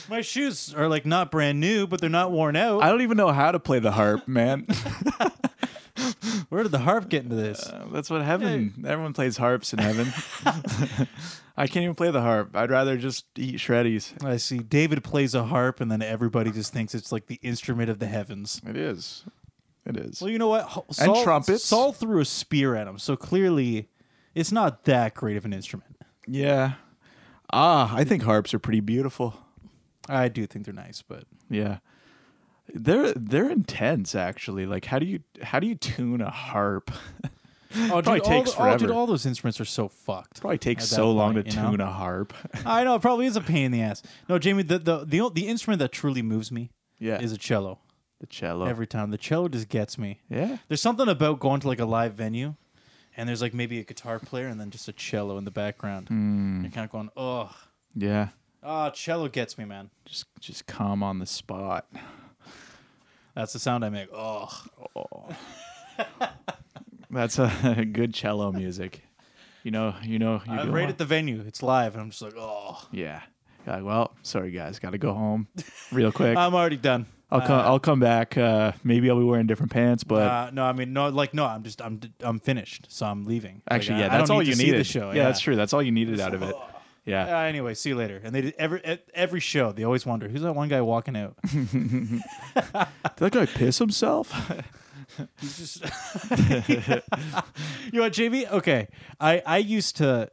Speaker 2: My shoes are like not brand new, but they're not worn out.
Speaker 1: I don't even know how to play the harp, man. *laughs*
Speaker 2: Where did the harp get into this?
Speaker 1: Uh, That's what heaven. Everyone plays harps in
Speaker 2: *laughs*
Speaker 1: heaven. *laughs* I can't even play the harp. I'd rather just eat shreddies.
Speaker 2: I see. David plays a harp, and then everybody just thinks it's like the instrument of the heavens.
Speaker 1: It is. It is.
Speaker 2: Well, you know what? Ho- Saul,
Speaker 1: trumpets.
Speaker 2: Saul threw a spear at him, so clearly, it's not that great of an instrument.
Speaker 1: yeah. Ah, I think harps are pretty beautiful.
Speaker 2: I do think they're nice, but
Speaker 1: Yeah. They're they're intense actually. Like how do you how do you tune a harp?
Speaker 2: Oh, dude,
Speaker 1: Probably
Speaker 2: all
Speaker 1: takes
Speaker 2: the- oh, dude,
Speaker 1: forever.
Speaker 2: all those instruments are so fucked.
Speaker 1: Probably takes
Speaker 2: at that
Speaker 1: so long
Speaker 2: point,
Speaker 1: to
Speaker 2: you know?
Speaker 1: tune a harp. *laughs*
Speaker 2: I know it probably is a pain in the ass. No, Jamie, the the the, o- the instrument that truly moves me
Speaker 1: Yeah. Oh.
Speaker 2: is a cello.
Speaker 1: the cello.
Speaker 2: Every time the cello just gets me.
Speaker 1: yeah.
Speaker 2: There's something about going to like a live venue, and there's like maybe a guitar player and then just a cello in the background.
Speaker 1: Hmm.
Speaker 2: You're kind of going, oh,
Speaker 1: Yeah.
Speaker 2: oh, cello gets me, man.
Speaker 1: Just just calm on the spot.
Speaker 2: That's the sound I make. Oh,
Speaker 1: That's a *laughs* good cello music. You know, you know, you
Speaker 2: I'm
Speaker 1: go
Speaker 2: right
Speaker 1: on-
Speaker 2: at the venue. It's live, and I'm just like, oh,
Speaker 1: Yeah. You're like, well, sorry guys, got to go home
Speaker 2: *laughs*
Speaker 1: real quick.
Speaker 2: I'm already done.
Speaker 1: I'll come. I'll come back. Uh, maybe I'll be wearing different pants, but
Speaker 2: Uh, no, I mean, no, like, no, I'm just, I'm, d- I'm finished, so I'm leaving. Like,
Speaker 1: actually,
Speaker 2: I-
Speaker 1: yeah,
Speaker 2: I
Speaker 1: that's
Speaker 2: don't
Speaker 1: all
Speaker 2: need
Speaker 1: you
Speaker 2: to see
Speaker 1: needed.
Speaker 2: The show,
Speaker 1: yeah. that's true. That's all you needed out
Speaker 2: *laughs*
Speaker 1: of it. Yeah.
Speaker 2: Uh, anyway, see you later. And they did every at every show. They always wonder who's that one guy walking out. *laughs*
Speaker 1: Did that guy piss himself?
Speaker 2: He's just *laughs* you know, what, JB. Okay, I I used to,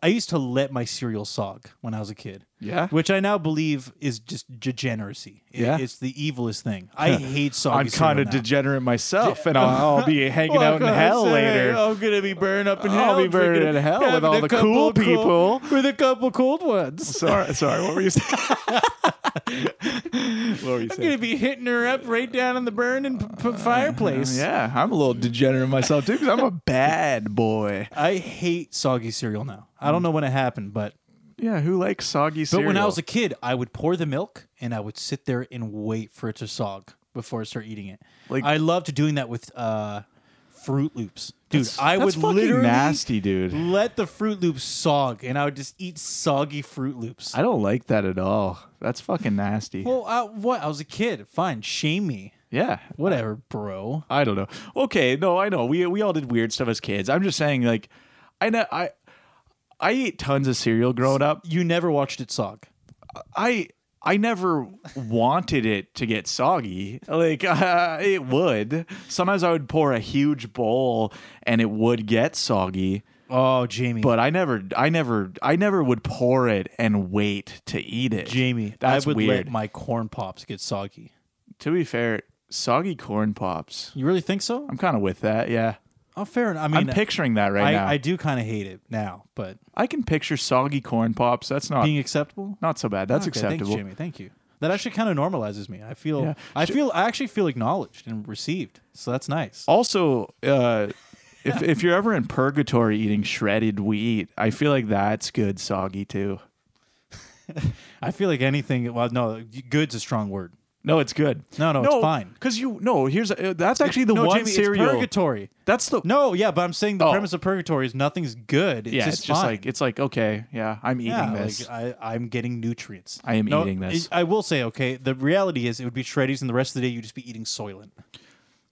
Speaker 2: I used to let my cereal sog when I was a kid.
Speaker 1: Yeah?
Speaker 2: which I now believe is just degeneracy. It-
Speaker 1: Yeah?
Speaker 2: it's the evilest thing. I hate soggy
Speaker 1: I'm kind of
Speaker 2: cereal now.
Speaker 1: degenerate myself, and I'll, I'll
Speaker 2: *laughs*
Speaker 1: be hanging out in
Speaker 2: Fuck, Oh.
Speaker 1: hell
Speaker 2: I'm
Speaker 1: later.
Speaker 2: saying I'm gonna be burned up in hell.
Speaker 1: I'll be burning
Speaker 2: drinking-
Speaker 1: in hell with
Speaker 2: having
Speaker 1: all
Speaker 2: a
Speaker 1: the
Speaker 2: couple
Speaker 1: cool
Speaker 2: of cold-
Speaker 1: people.
Speaker 2: with a couple cold ones.
Speaker 1: Sorry, sorry. What were you saying? *laughs* what were you
Speaker 2: *laughs* I'm gonna be hitting her up right down in the burning p- p- fireplace.
Speaker 1: Yeah, I'm a little degenerate myself too because I'm a *laughs* bad boy.
Speaker 2: I hate soggy cereal now. I
Speaker 1: Mm.
Speaker 2: don't know when it happened, but
Speaker 1: Yeah, who likes soggy
Speaker 2: but
Speaker 1: cereal?
Speaker 2: when I was a kid, I would pour the milk and I would sit there and wait for it to sog before I start eating it.
Speaker 1: Like-
Speaker 2: I loved doing that with uh, Fruit Loops, dude. I
Speaker 1: That's
Speaker 2: would
Speaker 1: fucking
Speaker 2: literally
Speaker 1: nasty, dude.
Speaker 2: let the Fruit Loops sog, and I would just eat soggy Fruit Loops.
Speaker 1: I don't like that at all. That's fucking nasty.
Speaker 2: well, I, what? I was a kid. Fine, shame me.
Speaker 1: yeah,
Speaker 2: Whatever, bro.
Speaker 1: I don't know. Okay, no, I know. We we all did weird stuff as kids. I'm just saying, like, I know I I ate tons of cereal growing up.
Speaker 2: You never watched it sog.
Speaker 1: I I never wanted it to get soggy. Like *laughs* uh, it would. Sometimes I would pour a huge bowl and it would get soggy,
Speaker 2: Oh, Jamie.
Speaker 1: but I never I never I never would pour it and wait to eat it.
Speaker 2: Jamie,
Speaker 1: that's
Speaker 2: I would
Speaker 1: weird.
Speaker 2: let my corn pops get soggy.
Speaker 1: to be fair, soggy corn pops.
Speaker 2: You really think so?
Speaker 1: I'm kind of with that. Yeah.
Speaker 2: Oh, fair enough. I
Speaker 1: I'm
Speaker 2: mean,
Speaker 1: picturing that right
Speaker 2: I,
Speaker 1: now.
Speaker 2: I
Speaker 1: I,
Speaker 2: do kind of hate it now, but
Speaker 1: can picture soggy corn pops. That's not
Speaker 2: being acceptable.
Speaker 1: not so bad. That's
Speaker 2: Okay,
Speaker 1: acceptable.
Speaker 2: Thanks, Jimmy. Thank you. That actually kind of normalizes me. I feel,
Speaker 1: Yeah.
Speaker 2: I feel, I actually feel acknowledged and received. So that's nice.
Speaker 1: Oh. Also, uh, if if you're ever in purgatory eating shredded wheat, I feel like that's good soggy too.
Speaker 2: I feel like anything. Well, no, good's a strong word.
Speaker 1: No, it's good.
Speaker 2: No, no, it's fine.
Speaker 1: Because you no, here's uh, that's actually the
Speaker 2: No,
Speaker 1: one
Speaker 2: Jamie,
Speaker 1: cereal.
Speaker 2: it's purgatory.
Speaker 1: That's the
Speaker 2: No, yeah, but I'm saying the
Speaker 1: Oh.
Speaker 2: premise of purgatory is nothing's good. It's
Speaker 1: yeah.
Speaker 2: just
Speaker 1: it's just
Speaker 2: fine.
Speaker 1: like it's like okay, yeah, I'm eating
Speaker 2: yeah,
Speaker 1: this.
Speaker 2: like I, I'm getting nutrients.
Speaker 1: I am eating this.
Speaker 2: I I will say, okay, the reality is it would be Shreddies, and the rest of the day you'd just be eating Soylent.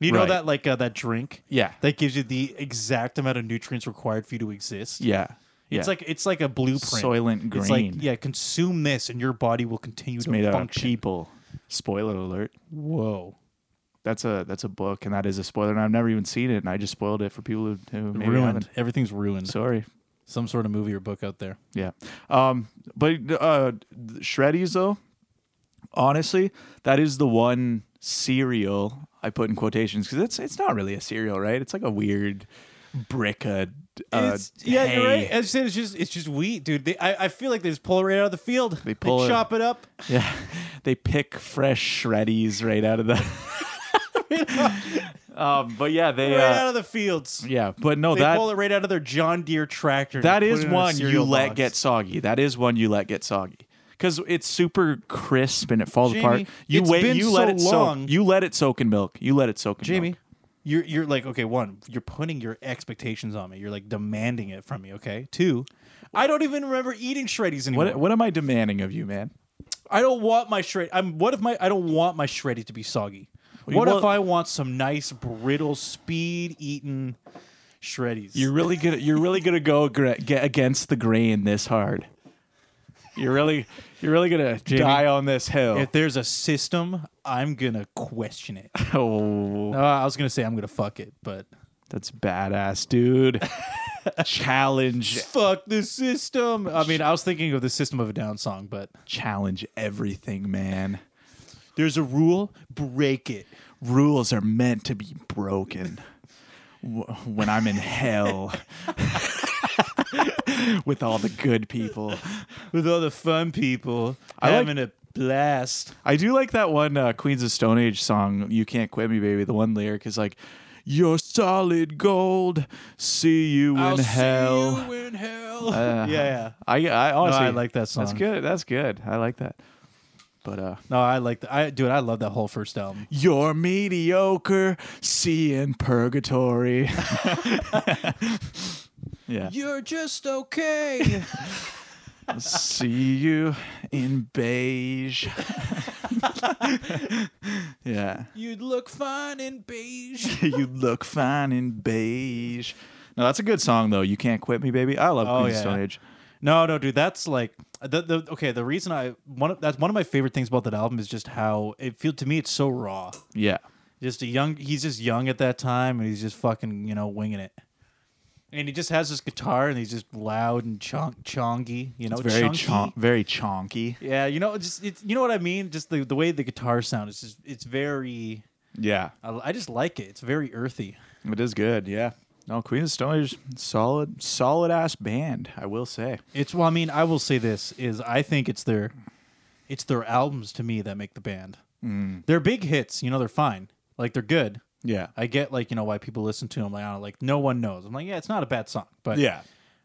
Speaker 2: You know
Speaker 1: Right.
Speaker 2: that like uh, that drink
Speaker 1: yeah,
Speaker 2: that gives you the exact amount of nutrients required for you to exist.
Speaker 1: yeah, yeah.
Speaker 2: It's like it's like a blueprint.
Speaker 1: Soylent Green.
Speaker 2: It's like yeah, consume this, and your body will continue to
Speaker 1: made out of
Speaker 2: function.
Speaker 1: cheaple. Spoiler alert.
Speaker 2: Whoa,
Speaker 1: That's a that's a book, and that is a spoiler. And I've never even seen it, and I just spoiled it for people who, who maybe
Speaker 2: ruined.
Speaker 1: haven't.
Speaker 2: Everything's ruined.
Speaker 1: Sorry.
Speaker 2: Some sort of movie or book out there.
Speaker 1: Yeah. Um, but uh, Shreddies, though, honestly, that is the one cereal I put in quotations because it's it's not really a cereal, right? It's like a weird brick. Uh, uh,
Speaker 2: It's, yeah, you're
Speaker 1: hay.
Speaker 2: right. As you said, it's just it's just wheat, dude. They, I, I feel like they just pull it right out of the field. They
Speaker 1: pull it-
Speaker 2: chop it up.
Speaker 1: Yeah. They pick fresh Shreddies right out of the. *laughs* um, but yeah, they.
Speaker 2: right
Speaker 1: Uh,
Speaker 2: out of the fields.
Speaker 1: yeah, but no,
Speaker 2: They
Speaker 1: that
Speaker 2: pull it right out of their John Deere tractor. and
Speaker 1: That
Speaker 2: put
Speaker 1: is
Speaker 2: it in a
Speaker 1: one you
Speaker 2: cereal
Speaker 1: let
Speaker 2: box.
Speaker 1: get soggy. That is one you let get soggy because it's super crisp and it falls apart.
Speaker 2: Jamie,
Speaker 1: You
Speaker 2: it's
Speaker 1: wait.
Speaker 2: been
Speaker 1: you
Speaker 2: so
Speaker 1: let it
Speaker 2: long.
Speaker 1: soak. You let it soak in milk. You let it soak in
Speaker 2: Jamie.
Speaker 1: milk.
Speaker 2: You're you're like okay. One, you're putting your expectations on me. You're like demanding it from me. Okay. Two, I don't even remember eating shreddies anymore.
Speaker 1: What what am I demanding of you, man?
Speaker 2: I don't want my shred. I'm. What if my? I don't want my shreddy to be soggy.
Speaker 1: you
Speaker 2: What if
Speaker 1: want-
Speaker 2: I want some nice brittle, speed-eating shreddies?
Speaker 1: You're really gonna you're really gonna go gra- get against the grain this hard. You're really you're really gonna die on this hill.
Speaker 2: if there's a system, I'm gonna
Speaker 1: *laughs*
Speaker 2: question it.
Speaker 1: oh,
Speaker 2: Uh, I was gonna say I'm gonna fuck it, but
Speaker 1: that's badass, dude. *laughs* challenge
Speaker 2: fuck the system. I mean, I was thinking of the System of a Down song, but
Speaker 1: challenge everything, man.
Speaker 2: there's a rule, break it.
Speaker 1: Rules are meant to be broken. w- when I'm in hell *laughs* with all the good people.
Speaker 2: with all the fun people.
Speaker 1: I like-
Speaker 2: having a blast.
Speaker 1: I do like that one uh, Queens of Stone Age song, You Can't Quit Me, Baby. The one lyric is like, You're solid gold, see you in hell.
Speaker 2: see you in hell.
Speaker 1: Uh,
Speaker 2: *laughs* yeah, yeah.
Speaker 1: I, I honestly
Speaker 2: I like that
Speaker 1: That's
Speaker 2: song.
Speaker 1: good. That's good. I like that. But uh,
Speaker 2: No, I like that. I dude, I love that whole first album.
Speaker 1: you're mediocre, see in
Speaker 2: *laughs*
Speaker 1: purgatory. yeah.
Speaker 2: You're just *laughs* okay.
Speaker 1: see you in beige. yeah.
Speaker 2: You'd look fine in beige.
Speaker 1: you look fine in beige. No, that's a good song though. You can't quit me, baby. I love
Speaker 2: Oh,
Speaker 1: Queen of
Speaker 2: yeah.
Speaker 1: Stone Age.
Speaker 2: No, no, dude, that's like the, the okay. The reason I one of, that's one of my favorite things about that album is just how it feels to me. It's so raw.
Speaker 1: Yeah.
Speaker 2: Just a young. He's just young at that time, and he's just fucking you know winging it. And he just has this guitar, and he's just loud and chonk chongy. You know,
Speaker 1: It's very
Speaker 2: Oh, chunky.
Speaker 1: chon- very chonky.
Speaker 2: Yeah, you know, just it's, you know what I mean. Just the the way the guitar sound is just it's very.
Speaker 1: Yeah.
Speaker 2: I, I just like it. It's very earthy.
Speaker 1: It is good, yeah. No, Queen of Stone Age, solid, solid ass band, I will say.
Speaker 2: It's well, I mean, I will say this is I think it's their it's their albums to me that make the band. Mm. They're big hits, you know, they're fine. Like they're good.
Speaker 1: Yeah.
Speaker 2: I get like, you know, why people listen to them like I don't like no one knows. I'm like, yeah, it's not a bad song. But
Speaker 1: Yeah.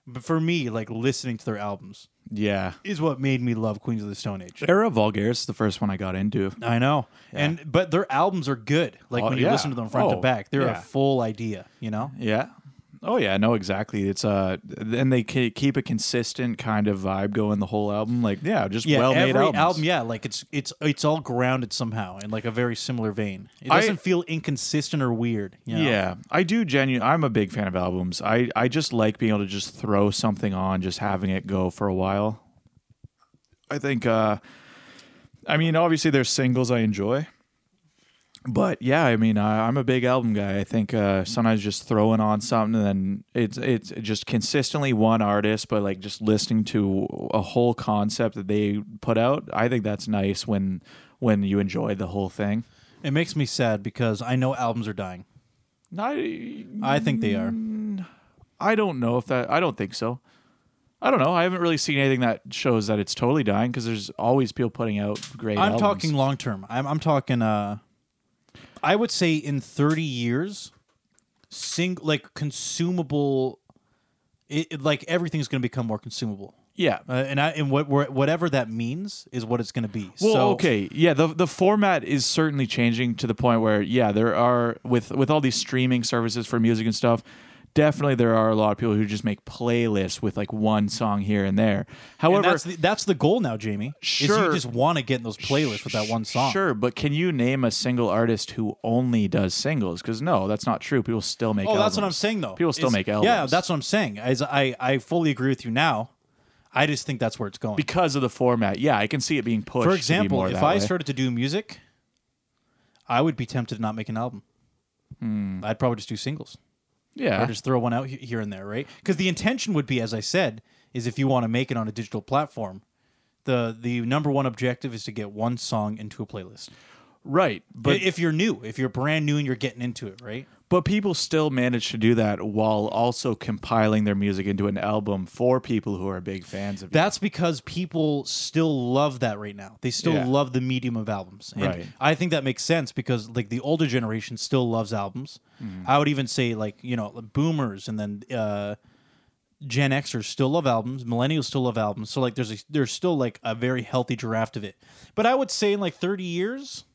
Speaker 2: but for me, like listening to their albums
Speaker 1: Yeah.
Speaker 2: is what made me love Queens of the Stone Age.
Speaker 1: Era Vulgaris is the first one I got into.
Speaker 2: I know. And but their albums are good. Like
Speaker 1: Oh,
Speaker 2: when you
Speaker 1: yeah.
Speaker 2: listen to them front to
Speaker 1: Oh,
Speaker 2: back, they're
Speaker 1: yeah.
Speaker 2: a full idea, you know?
Speaker 1: Yeah. Oh yeah, no, exactly. It's uh, and they ca- keep a consistent kind of vibe going the whole album. Like yeah, just
Speaker 2: Yeah,
Speaker 1: well made
Speaker 2: every
Speaker 1: albums.
Speaker 2: album, yeah, like it's it's it's all grounded somehow in like a very similar vein. It
Speaker 1: I-
Speaker 2: doesn't feel inconsistent or weird. You know?
Speaker 1: Yeah, I do genuinely. I'm a big fan of albums. I, I just like being able to just throw something on, just having it go for a while. I think, uh, I mean, obviously there's singles I enjoy, but yeah, I mean, I, I'm a big album guy. I think uh, sometimes just throwing on something and then it's it's just consistently one artist, but like just listening to a whole concept that they put out. I think that's nice when when you enjoy the whole thing.
Speaker 2: It makes me sad because I know albums are dying.
Speaker 1: I
Speaker 2: I think they are.
Speaker 1: I don't know if that. I don't think so. I don't know. I haven't really seen anything that shows that it's totally dying because there's always people putting out great.
Speaker 2: I'm
Speaker 1: albums.
Speaker 2: talking long term. I'm I'm talking uh I would say in 30 years sing like consumable it, it- like everything's going to become more consumable.
Speaker 1: Yeah.
Speaker 2: Uh, and I and what we're- whatever that means is what it's going to be.
Speaker 1: Well,
Speaker 2: so,
Speaker 1: okay, yeah. the The format is certainly changing to the point where, yeah, there are with with all these streaming services for music and stuff. Definitely, there are a lot of people who just make playlists with like one song here and there.
Speaker 2: and
Speaker 1: However,
Speaker 2: that's the, that's the goal now, Jamie. Is
Speaker 1: Sure.
Speaker 2: you just want to get in those playlists with that one song.
Speaker 1: sure, but can you name a single artist who only does singles? Because no, that's not true. People still make.
Speaker 2: Oh, that's what I'm
Speaker 1: albums.
Speaker 2: saying though.
Speaker 1: People still
Speaker 2: Is-
Speaker 1: make
Speaker 2: Yeah,
Speaker 1: albums.
Speaker 2: that's what I'm saying. As I, I fully agree with you now. I just think that's where it's going.
Speaker 1: because of the format. Yeah, I can see it being pushed.
Speaker 2: For
Speaker 1: to be
Speaker 2: example,
Speaker 1: more
Speaker 2: if
Speaker 1: that
Speaker 2: I
Speaker 1: way.
Speaker 2: started to do music, I would be tempted to not make an album.
Speaker 1: Hmm.
Speaker 2: I'd probably just do singles
Speaker 1: yeah,
Speaker 2: or just throw one out he- here and there, right? Because the intention would be, as I said, is if you want to make it on a digital platform, the the number one objective is to get one song into a playlist.
Speaker 1: right,
Speaker 2: But
Speaker 1: but
Speaker 2: if you're new, if you're brand new and you're getting into it, right?
Speaker 1: but people still manage to do that while also compiling their music into an album for people who are big fans of you.
Speaker 2: That's because people still love that right now. They still
Speaker 1: Yeah.
Speaker 2: love the medium of albums. And
Speaker 1: Right.
Speaker 2: I think that makes sense because like the older generation still loves albums.
Speaker 1: Mm-hmm.
Speaker 2: I would even say like, you know, boomers and then uh Gen Xers still love albums, millennials still love albums. So like there's a, there's still like a very healthy draft of it. But I would say in like 30 years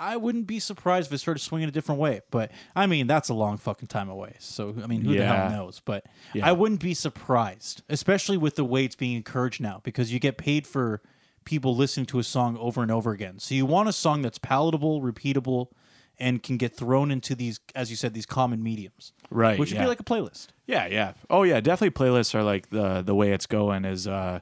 Speaker 2: I wouldn't be surprised if it started swinging a different way, but I mean that's a long fucking time away. So I mean, who the hell
Speaker 1: Yeah.
Speaker 2: knows? knows, but
Speaker 1: Yeah.
Speaker 2: I wouldn't be surprised, especially with the way it's being encouraged now, because you get paid for people listening to a song over and over again. So you want a song that's palatable, repeatable, and can get thrown into these, as you said, these common mediums,
Speaker 1: Right,
Speaker 2: Which would
Speaker 1: yeah.
Speaker 2: be like a playlist.
Speaker 1: yeah, yeah. Oh yeah, definitely playlists are like the the way it's going is uh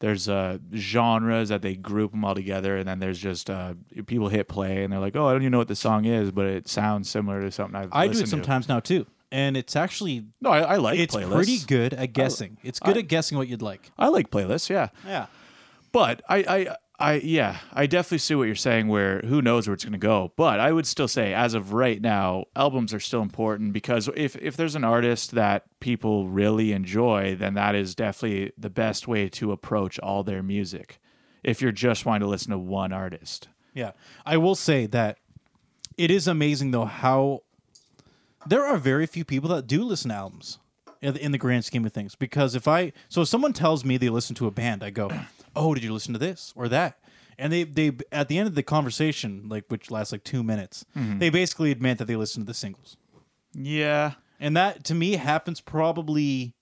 Speaker 1: there's uh genres that they group them all together and then there's just uh people hit play and they're like, "Oh, I don't even know what the song is, but it sounds similar to something I've
Speaker 2: I do
Speaker 1: listened to."
Speaker 2: it sometimes now too, and it's actually
Speaker 1: No, I, I like
Speaker 2: it's
Speaker 1: playlists.
Speaker 2: pretty good at guessing. it's good at guessing what you'd like.
Speaker 1: I like playlists, yeah.
Speaker 2: Yeah.
Speaker 1: But I, I I yeah, I definitely see what you're saying. Where who knows where it's going to go, but I would still say, as of right now, albums are still important because if if there's an artist that people really enjoy, then that is definitely the best way to approach all their music. If you're just wanting to listen to one artist,
Speaker 2: Yeah. I will say that it is amazing though how there are very few people that do listen to albums in the, in the grand scheme of things because if I so if someone tells me they listen to a band I go, *clears throat* "Oh, did you listen to this or that?" And they they at the end of the conversation like which lasts like 2 minutes, they basically admit that they listen to the singles.
Speaker 1: yeah,
Speaker 2: And that to me happens probably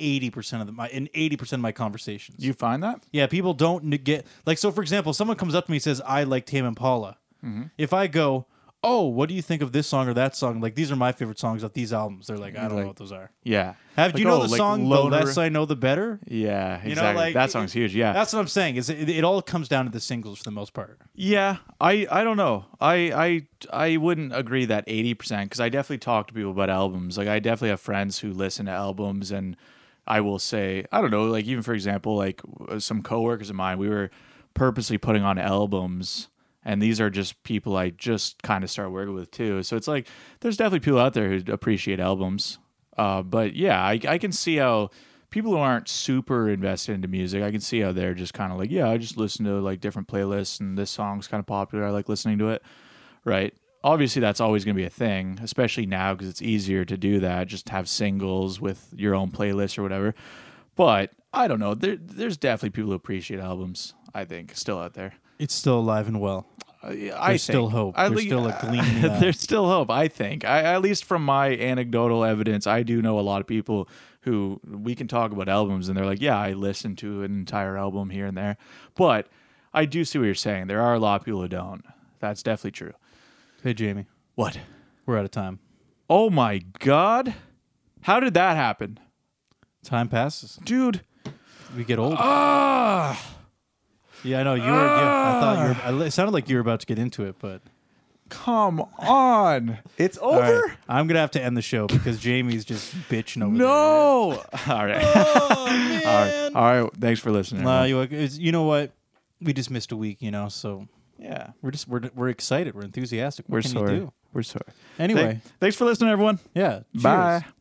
Speaker 2: 80% of the, my in 80% of my conversations.
Speaker 1: you find that
Speaker 2: Yeah, people don't n- get like so. For example, someone comes up to me and says, "I like Tame Impala." If I go, "Oh, what do you think of this song or that song?" Like these are my favorite songs off these albums. They're like, "I don't know
Speaker 1: Like-
Speaker 2: what those are."
Speaker 1: yeah.
Speaker 2: Have
Speaker 1: Like,
Speaker 2: you know
Speaker 1: oh,
Speaker 2: the
Speaker 1: like
Speaker 2: song?
Speaker 1: Loner-
Speaker 2: The less I know, the better.
Speaker 1: yeah, exactly.
Speaker 2: You know, like
Speaker 1: that song's huge. Yeah,
Speaker 2: That's what I'm saying. Is it, it all comes down to the singles for the most part?
Speaker 1: Yeah, I, I don't know. I I I wouldn't agree that 80% cuz I definitely talk to people about albums. Like I definitely have friends who listen to albums and I will say, I don't know, like even for example, like uh, some coworkers of mine, we were purposely putting on albums and these are just people I just kind of started working with too. So it's like there's definitely people out there who appreciate albums. Uh, but yeah, I, I can see how people who aren't super invested into music, I can see how they're just kind of like, yeah, I just listen to like different playlists and this song's kind of popular. I like listening to it. Right. Obviously, that's always going to be a thing, especially now because it's easier to do that. Just have singles with your own playlist or whatever. But I don't know. There, there's definitely people who appreciate albums, I think, still out there.
Speaker 2: It's still alive and well.
Speaker 1: Uh, yeah, I
Speaker 2: There's still
Speaker 1: think.
Speaker 2: hope.
Speaker 1: At
Speaker 2: There's
Speaker 1: lea-
Speaker 2: still a
Speaker 1: *laughs*
Speaker 2: gleam in the eye.
Speaker 1: There's still hope. I think. I, at least from my anecdotal evidence, I do know a lot of people who we can talk about albums, and they're like, "Yeah, I listened to an entire album here and there." But I do see what you're saying. There are a lot of people who don't. That's definitely true.
Speaker 2: Hey, Jamie,
Speaker 1: What?
Speaker 2: we're out of time.
Speaker 1: Oh my god! How did that happen,
Speaker 2: Time passes.
Speaker 1: dude?
Speaker 2: We get old.
Speaker 1: Ah.
Speaker 2: yeah, I know you were. Yeah, I thought you were. I li- It sounded like you were about to get into it, but
Speaker 1: Come on. It's
Speaker 2: All right. I'm gonna have to end the show because Jamie's just bitching over there.
Speaker 1: No. *laughs* All right. All right. All right. Thanks for listening.
Speaker 2: Oh, Nah,
Speaker 1: everyone.
Speaker 2: you, Uh, it's- you know what? We just missed a week, you know, so
Speaker 1: yeah.
Speaker 2: we're just we're we're excited. We're enthusiastic. What
Speaker 1: We're
Speaker 2: can
Speaker 1: sorry.
Speaker 2: you do?
Speaker 1: We're sorry.
Speaker 2: Anyway,
Speaker 1: Thank- thanks for listening, everyone.
Speaker 2: yeah.
Speaker 1: Bye.
Speaker 2: cheers.